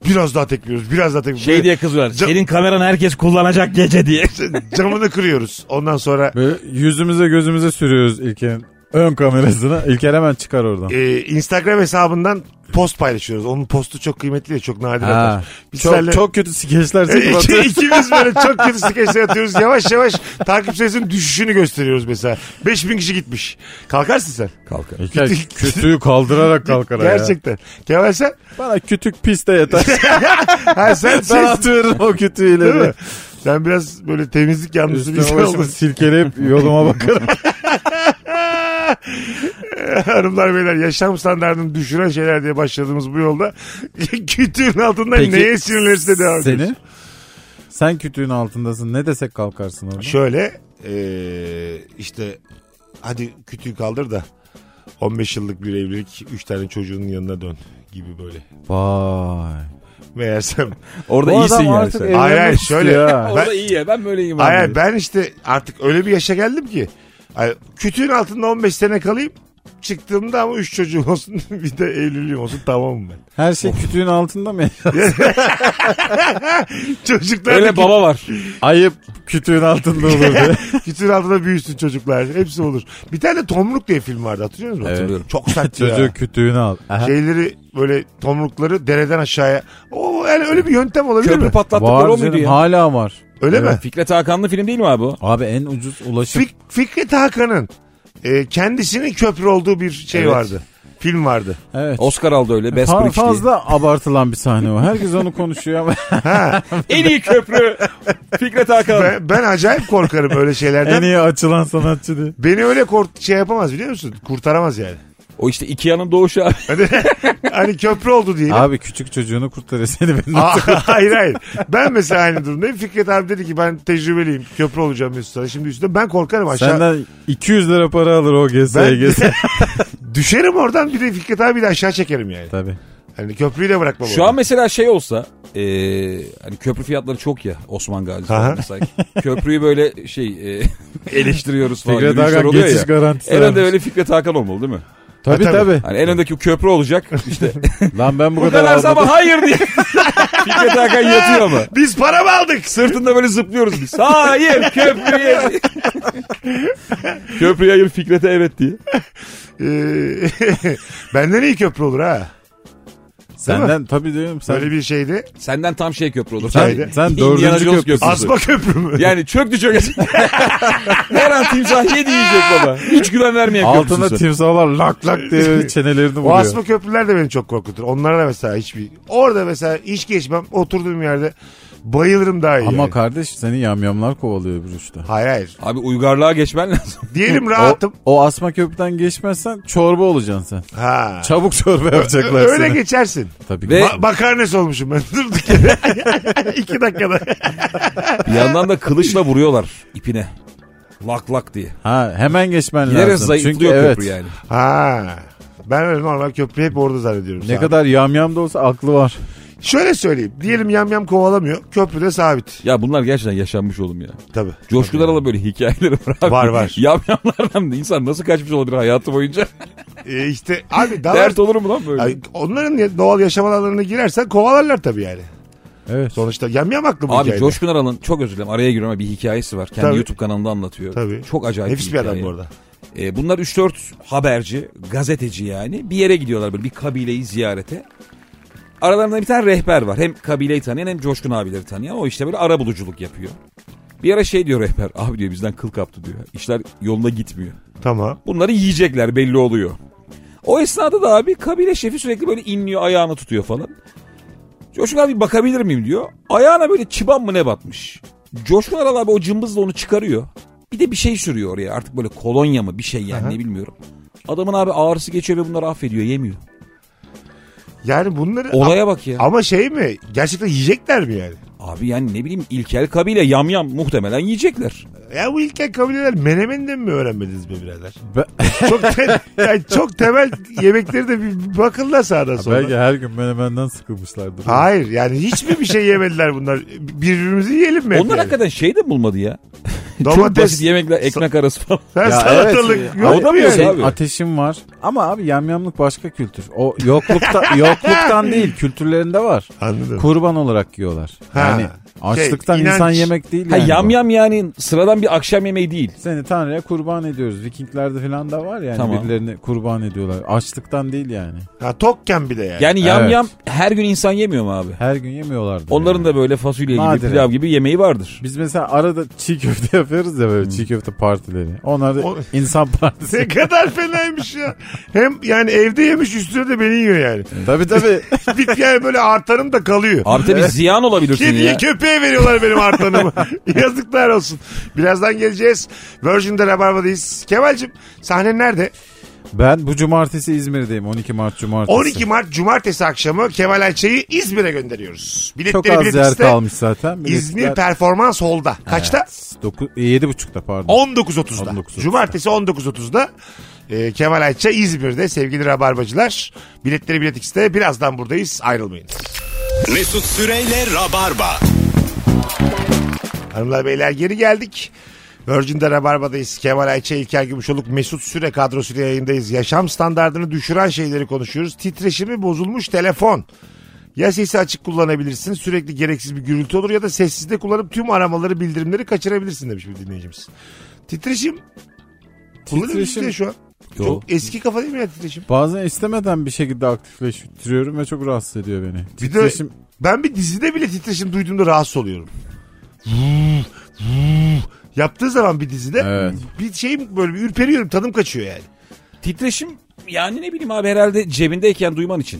[SPEAKER 3] Biraz daha tekmeliyoruz. Biraz daha tekmeliyoruz.
[SPEAKER 5] Şey diye kızıyorlar.
[SPEAKER 3] Ca-
[SPEAKER 5] Senin kameranı herkes kullanacak gece diye.
[SPEAKER 3] Camını kırıyoruz. Ondan sonra
[SPEAKER 4] Böyle yüzümüze gözümüze sürüyoruz İlker'in ön kamerasına. İlker hemen çıkar oradan.
[SPEAKER 3] e, Instagram hesabından post paylaşıyoruz. Onun postu çok kıymetli de çok nadir
[SPEAKER 4] Ha.
[SPEAKER 3] atar. Biz
[SPEAKER 4] Çok,
[SPEAKER 3] seninle-
[SPEAKER 4] çok kötü
[SPEAKER 3] E,
[SPEAKER 4] skeçler çekip
[SPEAKER 3] İki,
[SPEAKER 4] atıyor.
[SPEAKER 3] ikimiz böyle çok kötü skeçler atıyoruz. Yavaş yavaş takip sayısının düşüşünü gösteriyoruz mesela. 5000 kişi gitmiş. Kalkarsın sen.
[SPEAKER 5] Kalkar.
[SPEAKER 4] İlker kütüğü kaldırarak kalkar ayağa.
[SPEAKER 3] Gerçekten. Kemal sen?
[SPEAKER 4] Bana kütük pis de yeter.
[SPEAKER 3] Ha, sen
[SPEAKER 4] ben
[SPEAKER 3] sen,
[SPEAKER 4] atıyorum o kütüğü
[SPEAKER 3] değil mi?
[SPEAKER 4] ileri.
[SPEAKER 3] Sen biraz böyle temizlik yanlısı bir
[SPEAKER 4] Üstüme
[SPEAKER 3] insan
[SPEAKER 4] başımı
[SPEAKER 3] oldun.
[SPEAKER 4] silkeleyip yoluma bakarım.
[SPEAKER 3] Hanımlar beyler yaşam standartını düşüren şeyler diye başladığımız bu yolda kütüğün altından neye sinirlenirse devam ediyoruz.
[SPEAKER 4] Seni? Sen kütüğün altındasın. Ne desek kalkarsın orada.
[SPEAKER 3] Şöyle eee, işte hadi kütüğü kaldır da 15 yıllık bir evlilik 3 tane çocuğunun yanına dön gibi böyle.
[SPEAKER 4] Vay.
[SPEAKER 3] Meğersem.
[SPEAKER 5] Orada
[SPEAKER 4] Bu
[SPEAKER 5] iyisin
[SPEAKER 4] adam
[SPEAKER 5] yani
[SPEAKER 4] artık
[SPEAKER 5] sen.
[SPEAKER 4] evlenmek
[SPEAKER 3] Hayır, hayır,
[SPEAKER 4] istiyor
[SPEAKER 3] şöyle.
[SPEAKER 4] ha.
[SPEAKER 5] Orada iyi ya ben böyleyim. abi.
[SPEAKER 3] Hayır ben işte artık öyle bir yaşa geldim ki. Ay, kütüğün altında 15 sene kalayım. Çıktığımda ama 3 çocuğum olsun bir de evliliğim olsun tamamım ben.
[SPEAKER 4] Her şey kütüğün altında mı?
[SPEAKER 3] Çocuklar da
[SPEAKER 5] Öyle
[SPEAKER 3] kü-
[SPEAKER 5] baba var.
[SPEAKER 4] Ayıp kütüğün altında olur diye.
[SPEAKER 3] kütüğün altında büyüsün çocuklar. Hepsi olur. Bir tane Tomruk diye film vardı hatırlıyor musun?
[SPEAKER 5] Hatırlıyorum.
[SPEAKER 3] Çok sert ya.
[SPEAKER 4] Çocuğu kütüğünü al. Şey, Aha.
[SPEAKER 3] Şeyleri böyle tomrukları dereden aşağıya. O yani öyle bir yöntem olabilir
[SPEAKER 5] Köprü
[SPEAKER 3] mi?
[SPEAKER 5] patlattıkları
[SPEAKER 4] var
[SPEAKER 5] o muydu
[SPEAKER 4] canım,
[SPEAKER 5] ya?
[SPEAKER 4] hala var.
[SPEAKER 3] Öyle
[SPEAKER 4] Evet.
[SPEAKER 3] mi?
[SPEAKER 5] Fikret Hakan'lı film değil mi abi o?
[SPEAKER 4] Abi en ucuz ulaşım.
[SPEAKER 3] Fik- Fikret Hakan'ın e, kendisinin köprü olduğu bir şey
[SPEAKER 5] Evet.
[SPEAKER 3] vardı. Film vardı.
[SPEAKER 4] Evet.
[SPEAKER 5] Oscar aldı öyle. Best
[SPEAKER 4] Fa-
[SPEAKER 5] Bridge diye.
[SPEAKER 4] fazla abartılan bir sahne o. Herkes onu konuşuyor ama
[SPEAKER 5] En iyi köprü Fikret Hakan.
[SPEAKER 3] Ben, ben acayip korkarım öyle
[SPEAKER 4] en
[SPEAKER 3] şeylerden.
[SPEAKER 4] iyi açılan sanatçı diye.
[SPEAKER 3] Beni öyle kort şey yapamaz biliyor musun? Kurtaramaz yani.
[SPEAKER 5] O işte Ikea'nın doğuşu abi.
[SPEAKER 3] Hani, hani köprü oldu diye.
[SPEAKER 4] Abi küçük çocuğunu kurtarıyor seni benden.
[SPEAKER 3] Aa, hayır hayır. Ben mesela aynı durumdayım. Fikret abi dedi ki ben tecrübeliyim. Köprü olacağım Mesut Sana. Şimdi üstüne ben korkarım aşağı.
[SPEAKER 4] Senden 200 lira para alır o GS'ye
[SPEAKER 3] Ben-
[SPEAKER 4] GS.
[SPEAKER 3] Düşerim oradan bir de Fikret abi de aşağı çekerim yani.
[SPEAKER 4] Tabii.
[SPEAKER 3] Hani köprüyü de bırakmam.
[SPEAKER 5] Şu
[SPEAKER 3] orada.
[SPEAKER 5] an mesela şey olsa e, hani köprü fiyatları çok ya Osman Gazi falan
[SPEAKER 3] Aha.
[SPEAKER 5] mesela köprüyü böyle şey e, eleştiriyoruz falan.
[SPEAKER 4] Fikret
[SPEAKER 5] yürüyüşler
[SPEAKER 4] Hakan
[SPEAKER 5] oluyor
[SPEAKER 4] geçiş
[SPEAKER 5] ya.
[SPEAKER 4] garantisi.
[SPEAKER 5] En önde
[SPEAKER 4] vermiş.
[SPEAKER 5] öyle Fikret Hakan olmalı değil mi?
[SPEAKER 4] Tabii
[SPEAKER 3] Ha, E, tabii.
[SPEAKER 4] tabii.
[SPEAKER 5] Hani en öndeki köprü olacak işte
[SPEAKER 4] Lan ben bu
[SPEAKER 5] bu
[SPEAKER 4] kadar
[SPEAKER 5] kadar
[SPEAKER 4] aldım.
[SPEAKER 5] zaman hayır diye. Fikret Hakan yatıyor ama.
[SPEAKER 3] Biz para mı aldık?
[SPEAKER 5] Sırtında böyle zıplıyoruz biz. Hayır köprüye. köprüye hayır Fikret'e evet diye.
[SPEAKER 3] Ee, benden iyi köprü olur ha.
[SPEAKER 4] Senden tabii diyorum sen.
[SPEAKER 3] Böyle bir şeydi.
[SPEAKER 5] Senden tam şey köprü olur.
[SPEAKER 3] Hikayede.
[SPEAKER 4] Sen
[SPEAKER 5] Indiana
[SPEAKER 4] dördüncü
[SPEAKER 5] Jones
[SPEAKER 4] köprüsün.
[SPEAKER 3] Asma köprü mü?
[SPEAKER 5] Yani çöktü çökecek. Her an timsah yedi yiyecek baba. Hiç güven vermeyen
[SPEAKER 4] Altında
[SPEAKER 5] köprüsün sen.
[SPEAKER 4] timsahlar lak lak diye çenelerini
[SPEAKER 3] o
[SPEAKER 4] vuruyor.
[SPEAKER 3] asma köprüler de beni çok korkutur. Onlara da mesela hiçbir... Orada mesela hiç geçmem. Oturduğum yerde bayılırım daha iyi.
[SPEAKER 4] Ama
[SPEAKER 3] yani.
[SPEAKER 4] kardeş seni yamyamlar kovalıyor bir uçta.
[SPEAKER 3] Hayır hayır.
[SPEAKER 5] Abi uygarlığa geçmen lazım.
[SPEAKER 3] Diyelim
[SPEAKER 4] O,
[SPEAKER 3] rahatım.
[SPEAKER 4] o asma köprüden geçmezsen çorba olacaksın sen.
[SPEAKER 3] Ha.
[SPEAKER 4] Çabuk çorba yapacaklar
[SPEAKER 3] Öyle
[SPEAKER 4] seni.
[SPEAKER 3] geçersin.
[SPEAKER 4] Tabii ki.
[SPEAKER 5] Ve-
[SPEAKER 3] Ba- makarnes olmuşum ben. Durduk yere. İki dakikada.
[SPEAKER 5] Bir yandan da kılıçla vuruyorlar ipine. Lak lak diye.
[SPEAKER 4] Ha hemen geçmen
[SPEAKER 5] Yere
[SPEAKER 4] lazım. Çünkü
[SPEAKER 5] zayıflıyor
[SPEAKER 4] evet.
[SPEAKER 5] köprü yani.
[SPEAKER 3] Ha. Ben öyle normal köprü hep orada zannediyorum.
[SPEAKER 4] Ne
[SPEAKER 3] Sağ-
[SPEAKER 4] kadar yamyam da olsa aklı var.
[SPEAKER 3] Şöyle söyleyeyim. Diyelim yam yam kovalamıyor. Köprüde sabit.
[SPEAKER 5] Ya bunlar gerçekten yaşanmış oğlum ya.
[SPEAKER 3] Tabii.
[SPEAKER 5] Coşkun Aral'a böyle hikayeleri var abi.
[SPEAKER 3] Var, var.
[SPEAKER 5] Yamyamlardan da insan nasıl kaçmış olabilir hayatı boyunca?
[SPEAKER 3] Ee, işte abi daha...
[SPEAKER 5] Dert olur mu lan böyle?
[SPEAKER 3] Ay, onların ya- doğal yaşam alanlarına girersen kovalarlar tabii yani.
[SPEAKER 4] Evet.
[SPEAKER 3] Sonuçta yamyam haklı bu
[SPEAKER 5] Abi
[SPEAKER 3] hikayede.
[SPEAKER 5] Coşkun Aral'ın çok özür dilerim araya giriyorum ama bir hikayesi var. Kendi
[SPEAKER 3] Tabii.
[SPEAKER 5] YouTube kanalında anlatıyor.
[SPEAKER 3] Tabii.
[SPEAKER 5] Çok acayip
[SPEAKER 3] Nefis bir adam
[SPEAKER 5] hikaye.
[SPEAKER 3] bu arada.
[SPEAKER 5] E, bunlar 3-4 haberci, gazeteci yani. Bir yere gidiyorlar böyle bir kabileyi ziyarete. Aralarında bir tane rehber var. Hem kabileyi tanıyan hem Coşkun abileri tanıyan. O işte böyle ara buluculuk yapıyor. Bir ara şey diyor rehber. Abi diyor bizden kıl kaptı diyor. İşler yoluna gitmiyor.
[SPEAKER 3] Tamam.
[SPEAKER 5] Bunları yiyecekler belli oluyor. O esnada da abi kabile şefi sürekli böyle inliyor ayağını tutuyor falan. Coşkun abi bakabilir miyim diyor. Ayağına böyle çıban mı ne batmış. Coşkun Aral abi o cımbızla onu çıkarıyor. Bir de bir şey sürüyor oraya artık böyle kolonya mı bir şey yani ne bilmiyorum. Adamın abi ağrısı geçiyor ve bunları affediyor yemiyor.
[SPEAKER 3] Yani bunları...
[SPEAKER 5] Olaya bak ya.
[SPEAKER 3] Ama şey mi? Gerçekten yiyecekler mi yani?
[SPEAKER 5] Abi yani ne bileyim İlkel kabile yamyam muhtemelen yiyecekler.
[SPEAKER 3] Ya bu ilkel kabileler menemenden mi öğrenmediniz be birader?
[SPEAKER 4] Ben,
[SPEAKER 3] Çok, te- yani çok temel yemekleri de bir bakınlar sağdan sonra.
[SPEAKER 4] belki her gün menemenden sıkılmışlardır.
[SPEAKER 3] Hayır yani hiç mi bir şey yemediler bunlar? Birbirimizi yiyelim mi? hep
[SPEAKER 5] Onlar
[SPEAKER 3] yani?
[SPEAKER 5] hakikaten şey de bulmadı ya. Çok
[SPEAKER 3] Domates,
[SPEAKER 5] basit yemekler ekmek arası falan.
[SPEAKER 3] Ha,
[SPEAKER 4] Ya
[SPEAKER 3] salatalık.
[SPEAKER 4] evet.
[SPEAKER 3] yok
[SPEAKER 5] O da mı
[SPEAKER 3] mu
[SPEAKER 5] yok
[SPEAKER 3] yani?
[SPEAKER 5] ya? abi.
[SPEAKER 4] Şey, Ateşim var. Ama abi yamyamlık başka kültür. O yoklukta yokluktan değil kültürlerinde var.
[SPEAKER 3] Anladım.
[SPEAKER 4] Kurban olarak yiyorlar.
[SPEAKER 3] Ha.
[SPEAKER 4] Yani açlıktan
[SPEAKER 3] Şey, inanç.
[SPEAKER 4] insan yemek değil
[SPEAKER 5] Ha,
[SPEAKER 4] yani.
[SPEAKER 5] yam
[SPEAKER 4] bu.
[SPEAKER 5] yam yani sıradan bir akşam yemeği değil.
[SPEAKER 4] Seni Tanrı'ya kurban ediyoruz. Vikinglerde falan da var yani
[SPEAKER 5] Tamam.
[SPEAKER 4] birilerini kurban ediyorlar. Açlıktan değil yani.
[SPEAKER 3] Ha, tokken bir de yani.
[SPEAKER 5] Yani yam
[SPEAKER 4] Evet.
[SPEAKER 5] yam her gün insan yemiyor mu abi?
[SPEAKER 4] Her gün yemiyorlardı.
[SPEAKER 5] Onların da böyle fasulye gibi
[SPEAKER 4] Nadiren.
[SPEAKER 5] pilav gibi yemeği vardır.
[SPEAKER 4] Biz mesela arada çiğ köfte yapıyoruz ya böyle çiğ köfte partileri. Onlar da
[SPEAKER 3] Hmm. O-
[SPEAKER 4] insan partisi.
[SPEAKER 3] Ne kadar fenaymış ya. Hem yani evde yemiş üstüne de beni yiyor yani.
[SPEAKER 4] tabii tabii.
[SPEAKER 3] Bit yani böyle artanım da kalıyor.
[SPEAKER 5] Abi tabii ziyan olabilirsin
[SPEAKER 3] Kediye
[SPEAKER 5] ya.
[SPEAKER 3] köpeğe veriyorlar benim artanımı. Yazıklar olsun. Birazdan geleceğiz. Virgin'de Rabarba'dayız. Kemal'cim sahne nerede?
[SPEAKER 4] Ben bu cumartesi İzmir'deyim. 12 Mart cumartesi.
[SPEAKER 3] 12 Mart Cumartesi akşamı Kemal Ayça'yı İzmir'e gönderiyoruz. Biletleri
[SPEAKER 4] Çok az
[SPEAKER 3] Bilet
[SPEAKER 4] yer
[SPEAKER 3] X'te,
[SPEAKER 4] kalmış zaten.
[SPEAKER 3] İzmir Performans Hall'da. Kaçta?
[SPEAKER 4] 7.30'da pardon.
[SPEAKER 3] 19.30'da.
[SPEAKER 4] 19.30'da.
[SPEAKER 3] Cumartesi 19.30'da e, Kemal Ayça İzmir'de sevgili Rabarbacılar. Biletleri Bilet X'te. Birazdan buradayız. Ayrılmayın.
[SPEAKER 2] Mesut Süreyle Rabarba.
[SPEAKER 3] Hanımlar beyler geri geldik. Virgin'de Rabarba'dayız. Kemal Ayça, İlker Gümüşoluk, Mesut Süre kadrosuyla yayındayız. Yaşam standartını düşüren şeyleri konuşuyoruz. Titreşimi bozulmuş telefon. Ya sesi açık kullanabilirsin sürekli gereksiz bir gürültü olur ya da sessizde kullanıp tüm aramaları bildirimleri kaçırabilirsin demiş bir dinleyicimiz. Titreşim kullanabilir misin
[SPEAKER 4] Titreşim-
[SPEAKER 3] ya şu an?
[SPEAKER 5] Yo.
[SPEAKER 3] Çok eski kafa değil mi ya titreşim?
[SPEAKER 4] Bazen istemeden bir şekilde aktifleştiriyorum ve çok rahatsız ediyor beni.
[SPEAKER 3] Bir de-
[SPEAKER 4] Titreşim-
[SPEAKER 3] Ben bir dizide bile titreşim duyduğumda rahatsız oluyorum. Vuv, vuv Yaptığı zaman bir dizide
[SPEAKER 4] Evet.
[SPEAKER 3] bir şeyim böyle bir ürperiyorum tadım kaçıyor yani.
[SPEAKER 5] Titreşim yani ne bileyim abi herhalde cebindeyken duyman için.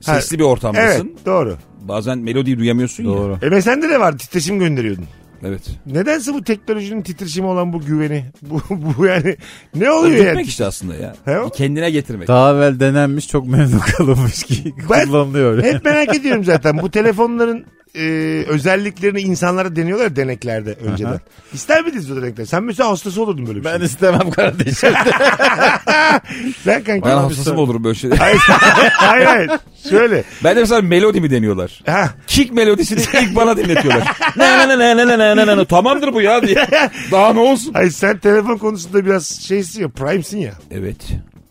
[SPEAKER 5] Sesli bir
[SPEAKER 3] Evet
[SPEAKER 5] ortamdasın.
[SPEAKER 3] doğru.
[SPEAKER 5] Bazen melodiyi duyamıyorsun ya.
[SPEAKER 4] Doğru.
[SPEAKER 3] E sende de var titreşim gönderiyordun.
[SPEAKER 5] Evet.
[SPEAKER 3] Nedense bu teknolojinin titreşimi olan bu güveni bu, bu yani ne oluyor
[SPEAKER 5] Dürtmek
[SPEAKER 3] yani?
[SPEAKER 5] işte aslında ya.
[SPEAKER 3] He o?
[SPEAKER 5] Kendine getirmek.
[SPEAKER 4] Daha evvel denenmiş çok memnun kalınmış ki
[SPEAKER 3] Ben-
[SPEAKER 4] kullanılıyor.
[SPEAKER 3] Hep merak ediyorum zaten bu telefonların e, özelliklerini insanlara deniyorlar ya deneklerde önceden. İster miydiniz o denekler? Sen mesela hastası olurdun böyle bir şey.
[SPEAKER 4] Ben istemem kardeşim.
[SPEAKER 3] Sen kanka.
[SPEAKER 5] Ben hastası mı olurum böyle şeyler?
[SPEAKER 3] Hayır hayır. hayır. Şöyle.
[SPEAKER 5] ben de mesela melodi mi deniyorlar?
[SPEAKER 3] Ha,
[SPEAKER 5] Kick melodisini ilk bana dinletiyorlar. ne ne ne ne ne ne ne ne ne tamamdır bu ya diye. Daha ne olsun?
[SPEAKER 3] Hayır sen telefon konusunda biraz şeysin ya primesin ya.
[SPEAKER 5] Evet.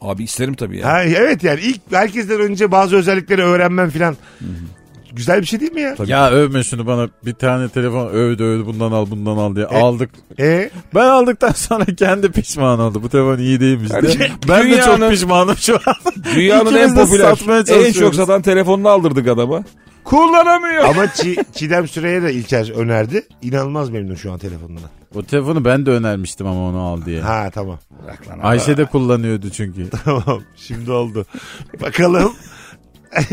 [SPEAKER 5] Abi isterim tabii ya.
[SPEAKER 3] Ha, evet yani ilk herkesten önce bazı özellikleri öğrenmem filan. Güzel bir şey değil mi ya?
[SPEAKER 4] ya övme şunu bana bir tane telefon övdü övdü bundan al bundan al diye aldık.
[SPEAKER 3] E,
[SPEAKER 4] Ben aldıktan sonra kendi pişman oldu. Bu telefon iyi değilmiş diye.
[SPEAKER 5] Kardeşim,
[SPEAKER 4] Ben de çok
[SPEAKER 5] dünyanın-
[SPEAKER 4] pişmanım şu an.
[SPEAKER 5] Dünyanın en
[SPEAKER 4] İkimiz de satmaya
[SPEAKER 5] popüler, en
[SPEAKER 4] çalışıyoruz.
[SPEAKER 5] çok satan telefonunu aldırdık adama. Kullanamıyor.
[SPEAKER 3] ama Çi- Çiğdem Süre'ye de İlker önerdi. İnanılmaz memnun şu an telefonundan.
[SPEAKER 4] O telefonu ben de önermiştim ama onu al diye.
[SPEAKER 3] Ha tamam.
[SPEAKER 4] Ayşe de kullanıyordu çünkü.
[SPEAKER 3] Tamam şimdi oldu. Bakalım.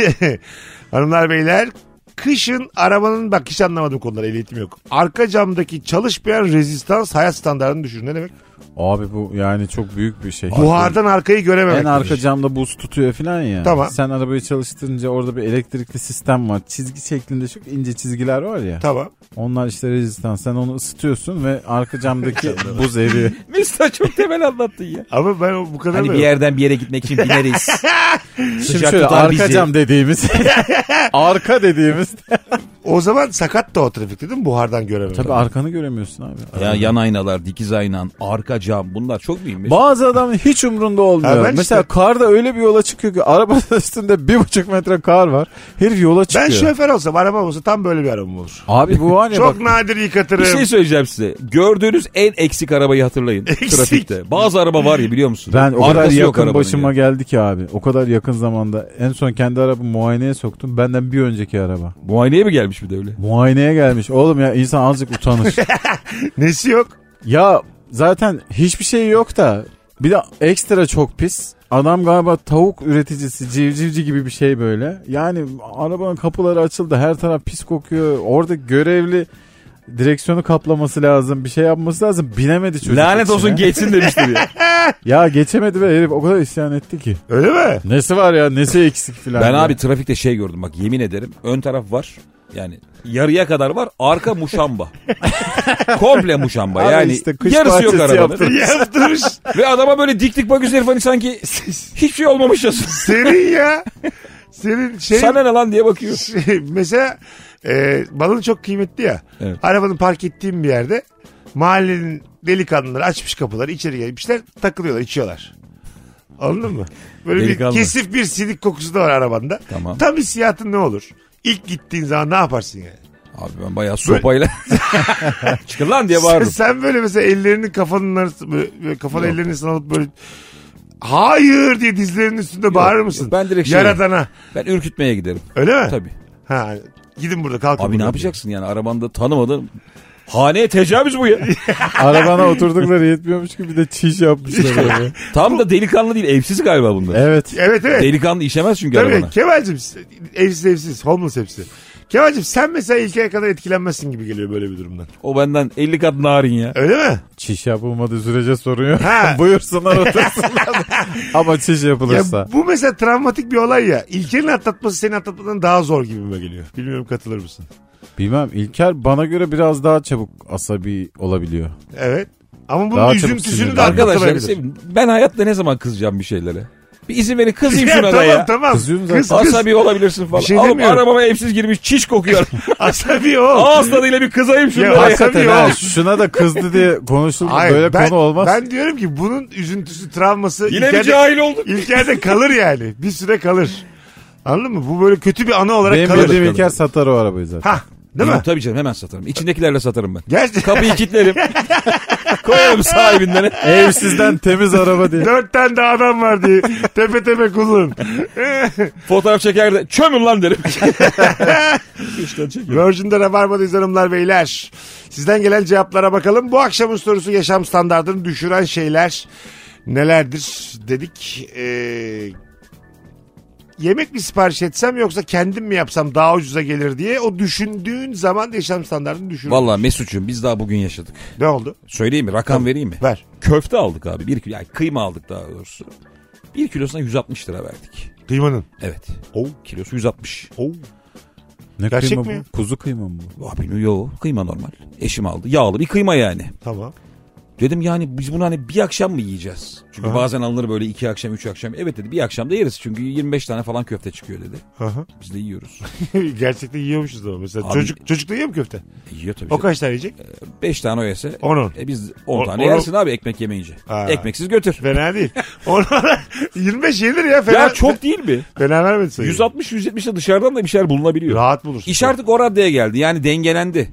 [SPEAKER 3] Hanımlar beyler kışın arabanın bak hiç anlamadım konuları ehliyetim yok. Arka camdaki çalışmayan rezistans hayat standartını düşürür. Ne demek?
[SPEAKER 4] Abi bu yani çok büyük bir şey.
[SPEAKER 3] Buhardan arkayı görememek.
[SPEAKER 4] En arka
[SPEAKER 3] demiş.
[SPEAKER 4] camda buz tutuyor falan ya.
[SPEAKER 3] Tamam.
[SPEAKER 4] Sen arabayı çalıştırınca orada bir elektrikli sistem var. Çizgi şeklinde çok ince çizgiler var ya.
[SPEAKER 3] Tamam.
[SPEAKER 4] Onlar işte rezistans. Sen onu ısıtıyorsun ve arka camdaki buz eriyor.
[SPEAKER 5] Mesela çok temel anlattın ya.
[SPEAKER 3] Ama ben o- bu kadar
[SPEAKER 5] Hani
[SPEAKER 3] da
[SPEAKER 5] bir
[SPEAKER 3] yok.
[SPEAKER 5] yerden bir yere gitmek için bineriz.
[SPEAKER 4] Şimdi
[SPEAKER 5] Sıcak
[SPEAKER 4] şöyle
[SPEAKER 5] tutar
[SPEAKER 4] arka
[SPEAKER 5] bizi.
[SPEAKER 4] cam dediğimiz arka dediğimiz
[SPEAKER 3] O zaman sakat da o trafikte değil mi? Buhardan görememek.
[SPEAKER 4] tabii arkanı göremiyorsun abi.
[SPEAKER 5] Ya yan aynalar, dikiz aynan, arka cam bunlar çok mühim.
[SPEAKER 4] Bazı adam hiç umrunda
[SPEAKER 3] Ha,
[SPEAKER 4] olmuyor.
[SPEAKER 3] ben
[SPEAKER 4] Mesela
[SPEAKER 3] işte-
[SPEAKER 4] karda öyle bir yola çıkıyor ki arabanın üstünde bir buçuk metre kar var. Herif yola çıkıyor.
[SPEAKER 3] Ben şoför olsam arabam olsa tam böyle bir arabam olur.
[SPEAKER 4] Abi bu var ya
[SPEAKER 3] Çok
[SPEAKER 4] bak.
[SPEAKER 3] nadir
[SPEAKER 5] bir
[SPEAKER 3] yıkatırım.
[SPEAKER 5] şey söyleyeceğim size. Gördüğünüz en eksik arabayı hatırlayın.
[SPEAKER 3] Eksik.
[SPEAKER 5] Trafikte. Bazı araba var ya biliyor musun?
[SPEAKER 4] Ben o kadar
[SPEAKER 5] Arkası yok
[SPEAKER 4] yakın
[SPEAKER 5] arabanın
[SPEAKER 4] başıma
[SPEAKER 5] ya.
[SPEAKER 4] geldi ki abi. O kadar yakın zamanda en son kendi arabamı muayeneye soktum. Benden bir önceki araba.
[SPEAKER 5] Muayeneye mi gelmiş bir de öyle?
[SPEAKER 4] Muayeneye gelmiş. Oğlum ya insan azıcık utanır.
[SPEAKER 3] Nesi yok?
[SPEAKER 4] ya zaten hiçbir şey yok da Bir de ekstra çok pis. Adam galiba tavuk üreticisi, civcivci gibi bir şey böyle. Yani arabanın kapıları açıldı, her taraf pis kokuyor. Orada görevli direksiyonu kaplaması lazım, bir şey yapması lazım. Binemedi çocuk.
[SPEAKER 5] Lanet
[SPEAKER 4] içine.
[SPEAKER 5] olsun geçsin demiştir ya.
[SPEAKER 4] Ya geçemedi ve herif o kadar isyan etti ki.
[SPEAKER 3] Öyle mi?
[SPEAKER 4] Nesi var ya, nesi eksik filan.
[SPEAKER 5] ben
[SPEAKER 4] ya.
[SPEAKER 5] abi trafikte şey gördüm bak yemin ederim. Ön taraf var. Yani yarıya kadar var. Arka muşamba. Komple muşamba.
[SPEAKER 4] Abi
[SPEAKER 5] yani
[SPEAKER 4] işte kış
[SPEAKER 5] yarısı yok
[SPEAKER 4] bahçesi
[SPEAKER 5] arabanın.
[SPEAKER 4] yaptı.
[SPEAKER 3] Yaptırmış.
[SPEAKER 5] Ve adama böyle dik dik bakıyorsun herif hani sanki hiçbir şey olmamışçasın.
[SPEAKER 3] Senin ya. Senin şey...
[SPEAKER 5] Sana ne lan diye bakıyor.
[SPEAKER 3] şey, mesela e, balon çok kıymetli ya.
[SPEAKER 5] Evet.
[SPEAKER 3] Arabanı park ettiğim bir yerde mahallenin delikanlıları açmış kapıları içeri gelmişler takılıyorlar içiyorlar. Anladın mı? Böyle
[SPEAKER 5] Delikanlı.
[SPEAKER 3] bir kesif bir sidik kokusu da var arabanda.
[SPEAKER 5] Tamam.
[SPEAKER 3] Tam hissiyatın ne olur? İlk gittiğin zaman ne yaparsın yani?
[SPEAKER 5] Abi ben bayağı sopayla çıkın lan diye bağırdım.
[SPEAKER 3] Sen, sen böyle mesela ellerini kafanın arası, böyle, böyle kafanı ellerini sana alıp böyle hayır diye dizlerinin üstünde bağırır mısın?
[SPEAKER 5] ben direkt şey-
[SPEAKER 3] Yaradana.
[SPEAKER 5] Ben ürkütmeye giderim.
[SPEAKER 3] Öyle mi?
[SPEAKER 5] Tabii.
[SPEAKER 3] Ha, gidin burada kalkın.
[SPEAKER 5] Abi ne
[SPEAKER 3] buradan.
[SPEAKER 5] yapacaksın yani arabanda tanımadın. Haneye tecavüz bu ya.
[SPEAKER 4] Arabana oturdukları yetmiyormuş ki bir de çiş yapmışlar. böyle.
[SPEAKER 5] Tam da delikanlı değil evsiz galiba bunlar.
[SPEAKER 4] evet.
[SPEAKER 3] Evet evet.
[SPEAKER 5] Delikanlı işemez çünkü
[SPEAKER 3] Tabii
[SPEAKER 5] arabana.
[SPEAKER 3] Kemal'cim evsiz evsiz homeless hepsi. Kemal'cim sen mesela ilkeye kadar etkilenmezsin gibi geliyor böyle bir durumdan.
[SPEAKER 5] O benden 50 kat narin ya.
[SPEAKER 3] Öyle mi?
[SPEAKER 4] Çiş yapılmadığı sürece sorun yok.
[SPEAKER 3] Ha.
[SPEAKER 4] Buyursunlar otursunlar. Ama çiş yapılırsa.
[SPEAKER 3] Ya bu mesela travmatik bir olay ya. İlkenin atlatması seni atlatmadan daha zor gibime geliyor. Bilmiyorum katılır mısın?
[SPEAKER 4] Bilmem İlker bana göre biraz daha çabuk asabi olabiliyor.
[SPEAKER 3] Evet. Ama bunun
[SPEAKER 4] Daha çabuk
[SPEAKER 3] üzüntüsünü de
[SPEAKER 4] sinirlenir.
[SPEAKER 5] Arkadaşlar şey
[SPEAKER 3] atlatabilir.
[SPEAKER 5] ben hayatta ne zaman kızacağım bir şeylere? Bir izin verin kızayım şuna da
[SPEAKER 3] tamam,
[SPEAKER 5] ya.
[SPEAKER 3] Tamam
[SPEAKER 4] Kızıyorum
[SPEAKER 3] Kız,
[SPEAKER 4] zaten.
[SPEAKER 3] kız.
[SPEAKER 5] Asabi olabilirsin falan.
[SPEAKER 3] Bir şey
[SPEAKER 5] Oğlum
[SPEAKER 3] demiyorum.
[SPEAKER 5] arabama evsiz girmiş çiş kokuyor.
[SPEAKER 3] Asabi ol.
[SPEAKER 5] Ağız tadıyla bir kızayım şuna
[SPEAKER 3] Ya,
[SPEAKER 5] da ya.
[SPEAKER 3] asabi-
[SPEAKER 4] Hakikaten
[SPEAKER 3] yok.
[SPEAKER 4] ha, şuna da kızdı diye konuşuldu
[SPEAKER 3] Hayır,
[SPEAKER 4] böyle
[SPEAKER 3] ben,
[SPEAKER 4] konu olmaz.
[SPEAKER 3] Ben diyorum ki bunun üzüntüsü, travması
[SPEAKER 5] Yine bir
[SPEAKER 3] İlker'de-
[SPEAKER 5] cahil olduk.
[SPEAKER 3] İlker'de kalır yani. Bir süre kalır. Anladın mı? Bu böyle kötü bir ana olarak
[SPEAKER 4] Benim
[SPEAKER 3] kalır.
[SPEAKER 4] bildiğim İlker satar o arabayı zaten.
[SPEAKER 3] Ha, değil mi?
[SPEAKER 5] Tabii canım hemen satarım. İçindekilerle satarım ben.
[SPEAKER 3] Gerçi
[SPEAKER 5] Kapıyı kilitlerim. Koyarım sahibinden.
[SPEAKER 4] Evsizden temiz araba diye.
[SPEAKER 3] dört tane de adam var diye tepe tepe kullanın.
[SPEAKER 5] Fotoğraf çeker de çömün lan derim.
[SPEAKER 3] Virgin'de Rabarba'dayız hanımlar beyler. Sizden gelen cevaplara bakalım. Bu akşamın sorusu yaşam standartını düşüren şeyler nelerdir dedik. Ee, yemek mi sipariş etsem yoksa kendim mi yapsam daha ucuza gelir diye o düşündüğün zaman yaşam standartını düşürür.
[SPEAKER 5] Valla Mesut'cum biz daha bugün yaşadık.
[SPEAKER 3] Ne oldu?
[SPEAKER 5] Söyleyeyim mi? Rakam vereyim mi?
[SPEAKER 3] Ver.
[SPEAKER 5] Köfte aldık abi. Bir kilo, yani kıyma aldık daha doğrusu. Bir kilosuna 160 lira verdik.
[SPEAKER 3] Kıymanın.
[SPEAKER 5] Evet.
[SPEAKER 3] Oh,
[SPEAKER 5] Kilosu 160.
[SPEAKER 3] oh.
[SPEAKER 4] Ne
[SPEAKER 3] Gerçek
[SPEAKER 4] kıyma
[SPEAKER 3] mi ya?
[SPEAKER 4] bu? Kuzu kıyma mı bu?
[SPEAKER 5] Abi Ah, yo kıyma normal. Eşim aldı. Yağlı bir kıyma yani.
[SPEAKER 3] Tamam.
[SPEAKER 5] Dedim yani biz bunu hani bir akşam mı yiyeceğiz? Çünkü bazen alınır böyle iki akşam, üç akşam. Evet dedi bir akşam da yeriz. Çünkü 25 tane falan köfte çıkıyor dedi.
[SPEAKER 3] Aha.
[SPEAKER 5] Biz de yiyoruz.
[SPEAKER 3] Gerçekten yiyormuşuz ama mesela.
[SPEAKER 5] Abi-
[SPEAKER 3] Çocuk, çocuk da yiyor mu köfte?
[SPEAKER 5] E, yiyor tabii.
[SPEAKER 3] O
[SPEAKER 5] canım.
[SPEAKER 3] kaç tane yiyecek?
[SPEAKER 5] Beş tane o yese.
[SPEAKER 3] On on.
[SPEAKER 5] E, biz 10
[SPEAKER 3] On-
[SPEAKER 5] tane
[SPEAKER 3] on-
[SPEAKER 5] yersin abi ekmek yemeyince.
[SPEAKER 3] Ha.
[SPEAKER 5] Ekmeksiz götür.
[SPEAKER 3] Fena değil. Ona 25 yenir ya. Fena,
[SPEAKER 5] ya çok değil mi?
[SPEAKER 3] Fena vermedi sayı.
[SPEAKER 5] 160-170'de dışarıdan da bir şeyler bulunabiliyor.
[SPEAKER 3] Rahat bulursun.
[SPEAKER 5] İş artık o raddeye geldi. Yani dengelendi. Şey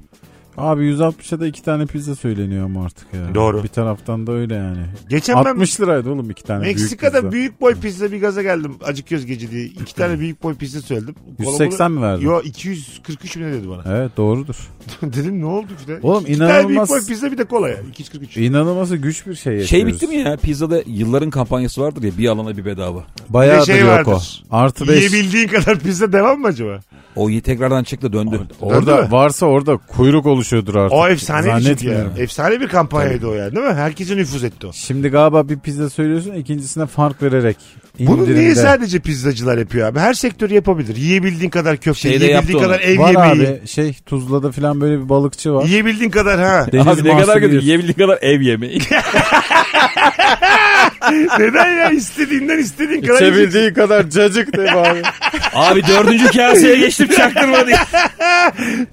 [SPEAKER 4] Abi 160'a da iki tane pizza söyleniyor ama artık ya.
[SPEAKER 3] Doğru.
[SPEAKER 4] Bir taraftan da öyle yani.
[SPEAKER 3] Geçen ben
[SPEAKER 4] 60 liraydı oğlum iki tane
[SPEAKER 3] Meksika'da büyük,
[SPEAKER 4] büyük
[SPEAKER 3] boy pizza bir gaza geldim. Acıkıyoruz gece diye. İki tane büyük boy pizza söyledim. Kolombolu-
[SPEAKER 4] 180 mi verdin?
[SPEAKER 3] Yo 243 mi ne dedi bana.
[SPEAKER 4] pizza. Evet doğrudur.
[SPEAKER 3] Dedim ne oldu filan.
[SPEAKER 4] Oğlum,
[SPEAKER 3] İki tane büyük
[SPEAKER 4] inanılmaz.
[SPEAKER 3] boy pizza bir de kola ya. 243.
[SPEAKER 4] İnanılması güç bir şey yaşıyoruz.
[SPEAKER 5] Şey bitti mi ya? Pizzada yılların kampanyası vardır ya bir alana bir bedava.
[SPEAKER 3] Bir de
[SPEAKER 4] Bayağıdır
[SPEAKER 3] şey
[SPEAKER 4] yok o.
[SPEAKER 3] vardır.
[SPEAKER 4] Artı 5.
[SPEAKER 3] Yiyebildiğin kadar pizza devam mı acaba?
[SPEAKER 5] O iyi tekrardan çıktı döndü.
[SPEAKER 4] Orada
[SPEAKER 3] mi?
[SPEAKER 4] varsa orada kuyruk oluşuyordur artık.
[SPEAKER 3] O efsane bir çünkü ya.
[SPEAKER 4] Zannetmiyorum.
[SPEAKER 3] Efsane bir kampanyaydı o ya değil mi? Herkese nüfuz etti o.
[SPEAKER 4] Şimdi galiba bir pizza söylüyorsun ikincisine fark vererek.
[SPEAKER 3] Bunu
[SPEAKER 4] indirimde.
[SPEAKER 3] niye sadece pizzacılar yapıyor abi? Her sektör yapabilir. Yiyebildiğin kadar köfte,
[SPEAKER 5] Şeyde
[SPEAKER 3] yiyebildiğin
[SPEAKER 5] yaptı
[SPEAKER 3] kadar ev
[SPEAKER 4] Var
[SPEAKER 3] yemeği.
[SPEAKER 4] abi şey Tuzla'da falan böyle bir balıkçı var.
[SPEAKER 3] Yiyebildiğin kadar ha.
[SPEAKER 4] Deniz
[SPEAKER 5] Abi ne kadar
[SPEAKER 4] mahsulü
[SPEAKER 5] kötü.
[SPEAKER 4] yiyorsun.
[SPEAKER 5] Yiyebildiği kadar ev yemeği.
[SPEAKER 3] Neden ya? istediğinden istediğin kadar yiyeceksin.
[SPEAKER 4] İçebildiği kadar cacık de abi.
[SPEAKER 5] Abi dördüncü kaseye geçtim çaktırma diye.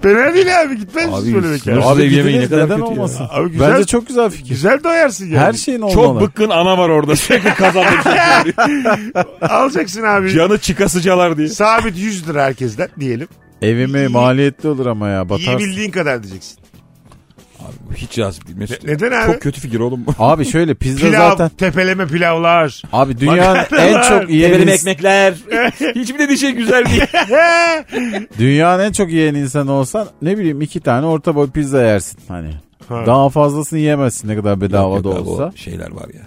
[SPEAKER 3] Fena değil abi gitmez misin böyle
[SPEAKER 5] sınırsız
[SPEAKER 3] mekan?
[SPEAKER 5] Abi
[SPEAKER 4] Abi
[SPEAKER 5] ev yemeği ne
[SPEAKER 4] gideriz,
[SPEAKER 5] kadar
[SPEAKER 4] neden
[SPEAKER 5] kötü ya.
[SPEAKER 4] olmasın?
[SPEAKER 3] Abi güzel-
[SPEAKER 4] Bence çok güzel fikir.
[SPEAKER 3] Güzel doyarsın yani.
[SPEAKER 4] Her şey- şeyin olmalı.
[SPEAKER 5] Çok bıkkın ana var orada sürekli kazandı.
[SPEAKER 3] Alacaksın abi.
[SPEAKER 5] Canı çıkasıcalar diye.
[SPEAKER 3] Sabit 100 lira herkesten diyelim.
[SPEAKER 4] Evimi maliyetli olur ama ya batarsın.
[SPEAKER 3] Yiyebildiğin kadar diyeceksin.
[SPEAKER 5] Hiç cazip değil Mesut.
[SPEAKER 3] Neden abi?
[SPEAKER 5] Çok kötü fikir oğlum.
[SPEAKER 4] Abi şöyle pizza
[SPEAKER 3] Pilav,
[SPEAKER 4] zaten.
[SPEAKER 3] tepeleme pilavlar.
[SPEAKER 4] Abi dünyanın en çok yiyen
[SPEAKER 5] Benim
[SPEAKER 4] ins-
[SPEAKER 5] ekmekler. Hiçbir dediği şey güzel değil.
[SPEAKER 4] dünyanın en çok yiyen insanı olsan ne bileyim iki tane orta boy pizza yersin hani.
[SPEAKER 3] Ha.
[SPEAKER 4] Daha fazlasını yiyemezsin ne kadar bedava da
[SPEAKER 5] Yok abi, o
[SPEAKER 4] olsa.
[SPEAKER 5] Şeyler var ya.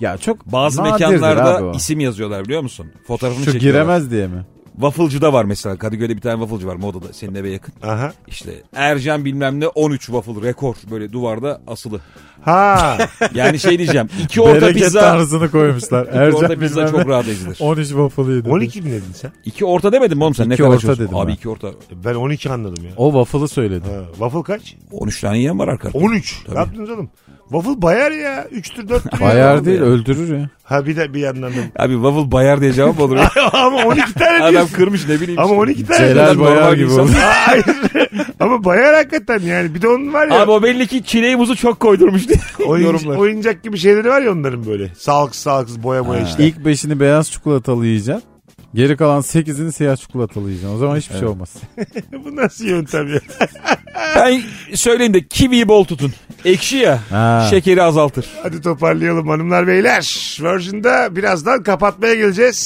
[SPEAKER 4] Ya çok
[SPEAKER 5] Bazı
[SPEAKER 4] nadirdir abi o.
[SPEAKER 5] mekanlarda isim yazıyorlar biliyor musun? Fotoğrafını
[SPEAKER 4] Şu
[SPEAKER 5] çekiyorlar.
[SPEAKER 4] giremez diye mi?
[SPEAKER 5] Waffle'cıda var mesela. Kadıköy'de bir tane waffle'cı var modada. Senin eve yakın.
[SPEAKER 3] Aha.
[SPEAKER 5] İşte Ercan bilmem ne 13 waffle rekor böyle duvarda asılı.
[SPEAKER 3] Ha.
[SPEAKER 5] Yani şey diyeceğim. iki orta
[SPEAKER 4] Bereket
[SPEAKER 5] pizza,
[SPEAKER 4] tarzını koymuşlar.
[SPEAKER 5] iki orta
[SPEAKER 4] Ercan
[SPEAKER 5] pizza
[SPEAKER 4] bilmem
[SPEAKER 5] çok
[SPEAKER 4] çok
[SPEAKER 5] rahat ezilir.
[SPEAKER 4] 13 waffle'ıydı.
[SPEAKER 3] 12 mi dedin sen?
[SPEAKER 5] İki orta demedim mi oğlum sen ne
[SPEAKER 4] İki
[SPEAKER 5] kadar
[SPEAKER 4] orta
[SPEAKER 5] çalışıyorsun?
[SPEAKER 4] dedim
[SPEAKER 5] Abi
[SPEAKER 4] ben.
[SPEAKER 5] iki orta.
[SPEAKER 3] E, Ben 12 anladım ya.
[SPEAKER 4] O waffle'ı söyledi.
[SPEAKER 3] Ha, waffle kaç?
[SPEAKER 5] 13 tane yiyen var arkada.
[SPEAKER 3] 13.
[SPEAKER 5] Tabii.
[SPEAKER 3] Ne yaptınız oğlum? Waffle bayar ya. 3'tür 4'tür.
[SPEAKER 4] Bayar değil öldürür ya.
[SPEAKER 3] Ha bir de bir yandan da.
[SPEAKER 5] Abi waffle bayar diye cevap olur.
[SPEAKER 3] Ama 12 tane
[SPEAKER 5] Adam
[SPEAKER 3] diyorsun.
[SPEAKER 5] kırmış ne bileyim.
[SPEAKER 3] Ama
[SPEAKER 5] işte.
[SPEAKER 3] 12 tane.
[SPEAKER 4] Celal
[SPEAKER 5] normal
[SPEAKER 4] Bayar
[SPEAKER 5] bir
[SPEAKER 4] gibi
[SPEAKER 5] insan.
[SPEAKER 4] oldu.
[SPEAKER 3] Hayır. Ama bayar hakikaten yani. Bir de onun var ya.
[SPEAKER 5] Abi o belli ki çileği buzu çok koydurmuş diye.
[SPEAKER 3] oyun-
[SPEAKER 5] yorumlar.
[SPEAKER 3] oyuncak gibi şeyleri var ya onların böyle. Sağlıksız sağlıksız boya boya işte.
[SPEAKER 4] İlk beşini beyaz çikolatalı yiyeceksin. Geri kalan 8'ini siyah çikolatalı yiyeceksin. O zaman hiçbir şey olmaz.
[SPEAKER 3] Bu nasıl yöntem ya?
[SPEAKER 5] Ben söyleyeyim de kiwiyi bol tutun. Ekşi ya.
[SPEAKER 4] Ha.
[SPEAKER 5] Şekeri azaltır.
[SPEAKER 3] Hadi toparlayalım hanımlar beyler. Virgin'da birazdan kapatmaya geleceğiz.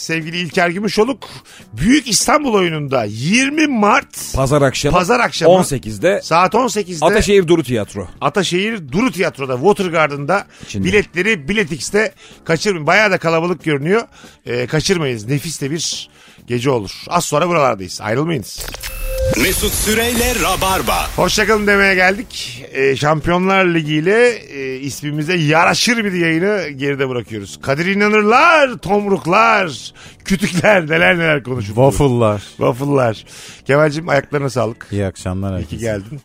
[SPEAKER 3] Sevgili İlker Gümüşoluk Büyük İstanbul oyununda 20 Mart
[SPEAKER 5] Pazar akşamı.
[SPEAKER 3] Pazar akşamı.
[SPEAKER 5] 18'de
[SPEAKER 3] saat 18'de Ataşehir,
[SPEAKER 5] Ataşehir Duru Tiyatro.
[SPEAKER 3] Duru Tiyatro'da Water Garden'da
[SPEAKER 5] İçinde.
[SPEAKER 3] biletleri Bilet X'te kaçırmayın. Bayağı da kalabalık görünüyor. Ee, kaçırmayınız. Nefis de bir gece olur. Az sonra buralardayız. Ayrılmayınız.
[SPEAKER 2] Mesut Süreyle Rabarba.
[SPEAKER 3] Hoşçakalın demeye geldik. Ee, Şampiyonlar Ligi ile e, ismimize yaraşır bir yayını geride bırakıyoruz. Kadir İnanırlar, Tomruklar, Kütükler neler neler konuşuldu.
[SPEAKER 4] Waffle'lar.
[SPEAKER 3] Waffle'lar. Kemal'cim ayaklarına sağlık.
[SPEAKER 4] İyi akşamlar
[SPEAKER 3] İyi ki
[SPEAKER 4] herkese.
[SPEAKER 3] geldin.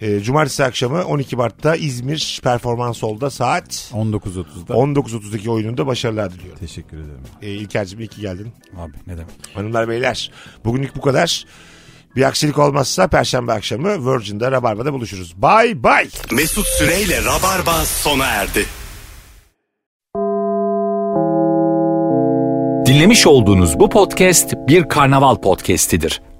[SPEAKER 3] Ee, Cumartesi akşamı 12 Mart'ta İzmir Performans Hall'da saat
[SPEAKER 4] 19.30'da.
[SPEAKER 3] 19.32 oyununda başarılar diliyorum.
[SPEAKER 4] Teşekkür ederim.
[SPEAKER 3] Ee, İlker'cim iyi ki geldin.
[SPEAKER 5] Abi ne demek.
[SPEAKER 3] Hanımlar beyler bugünlük bu kadar. Bir aksilik olmazsa Perşembe akşamı Virgin'de Rabarba'da buluşuruz. Bye bye.
[SPEAKER 2] Mesut Süreyle Rabarba sona erdi.
[SPEAKER 1] Dinlemiş olduğunuz bu podcast bir karnaval podcastidir.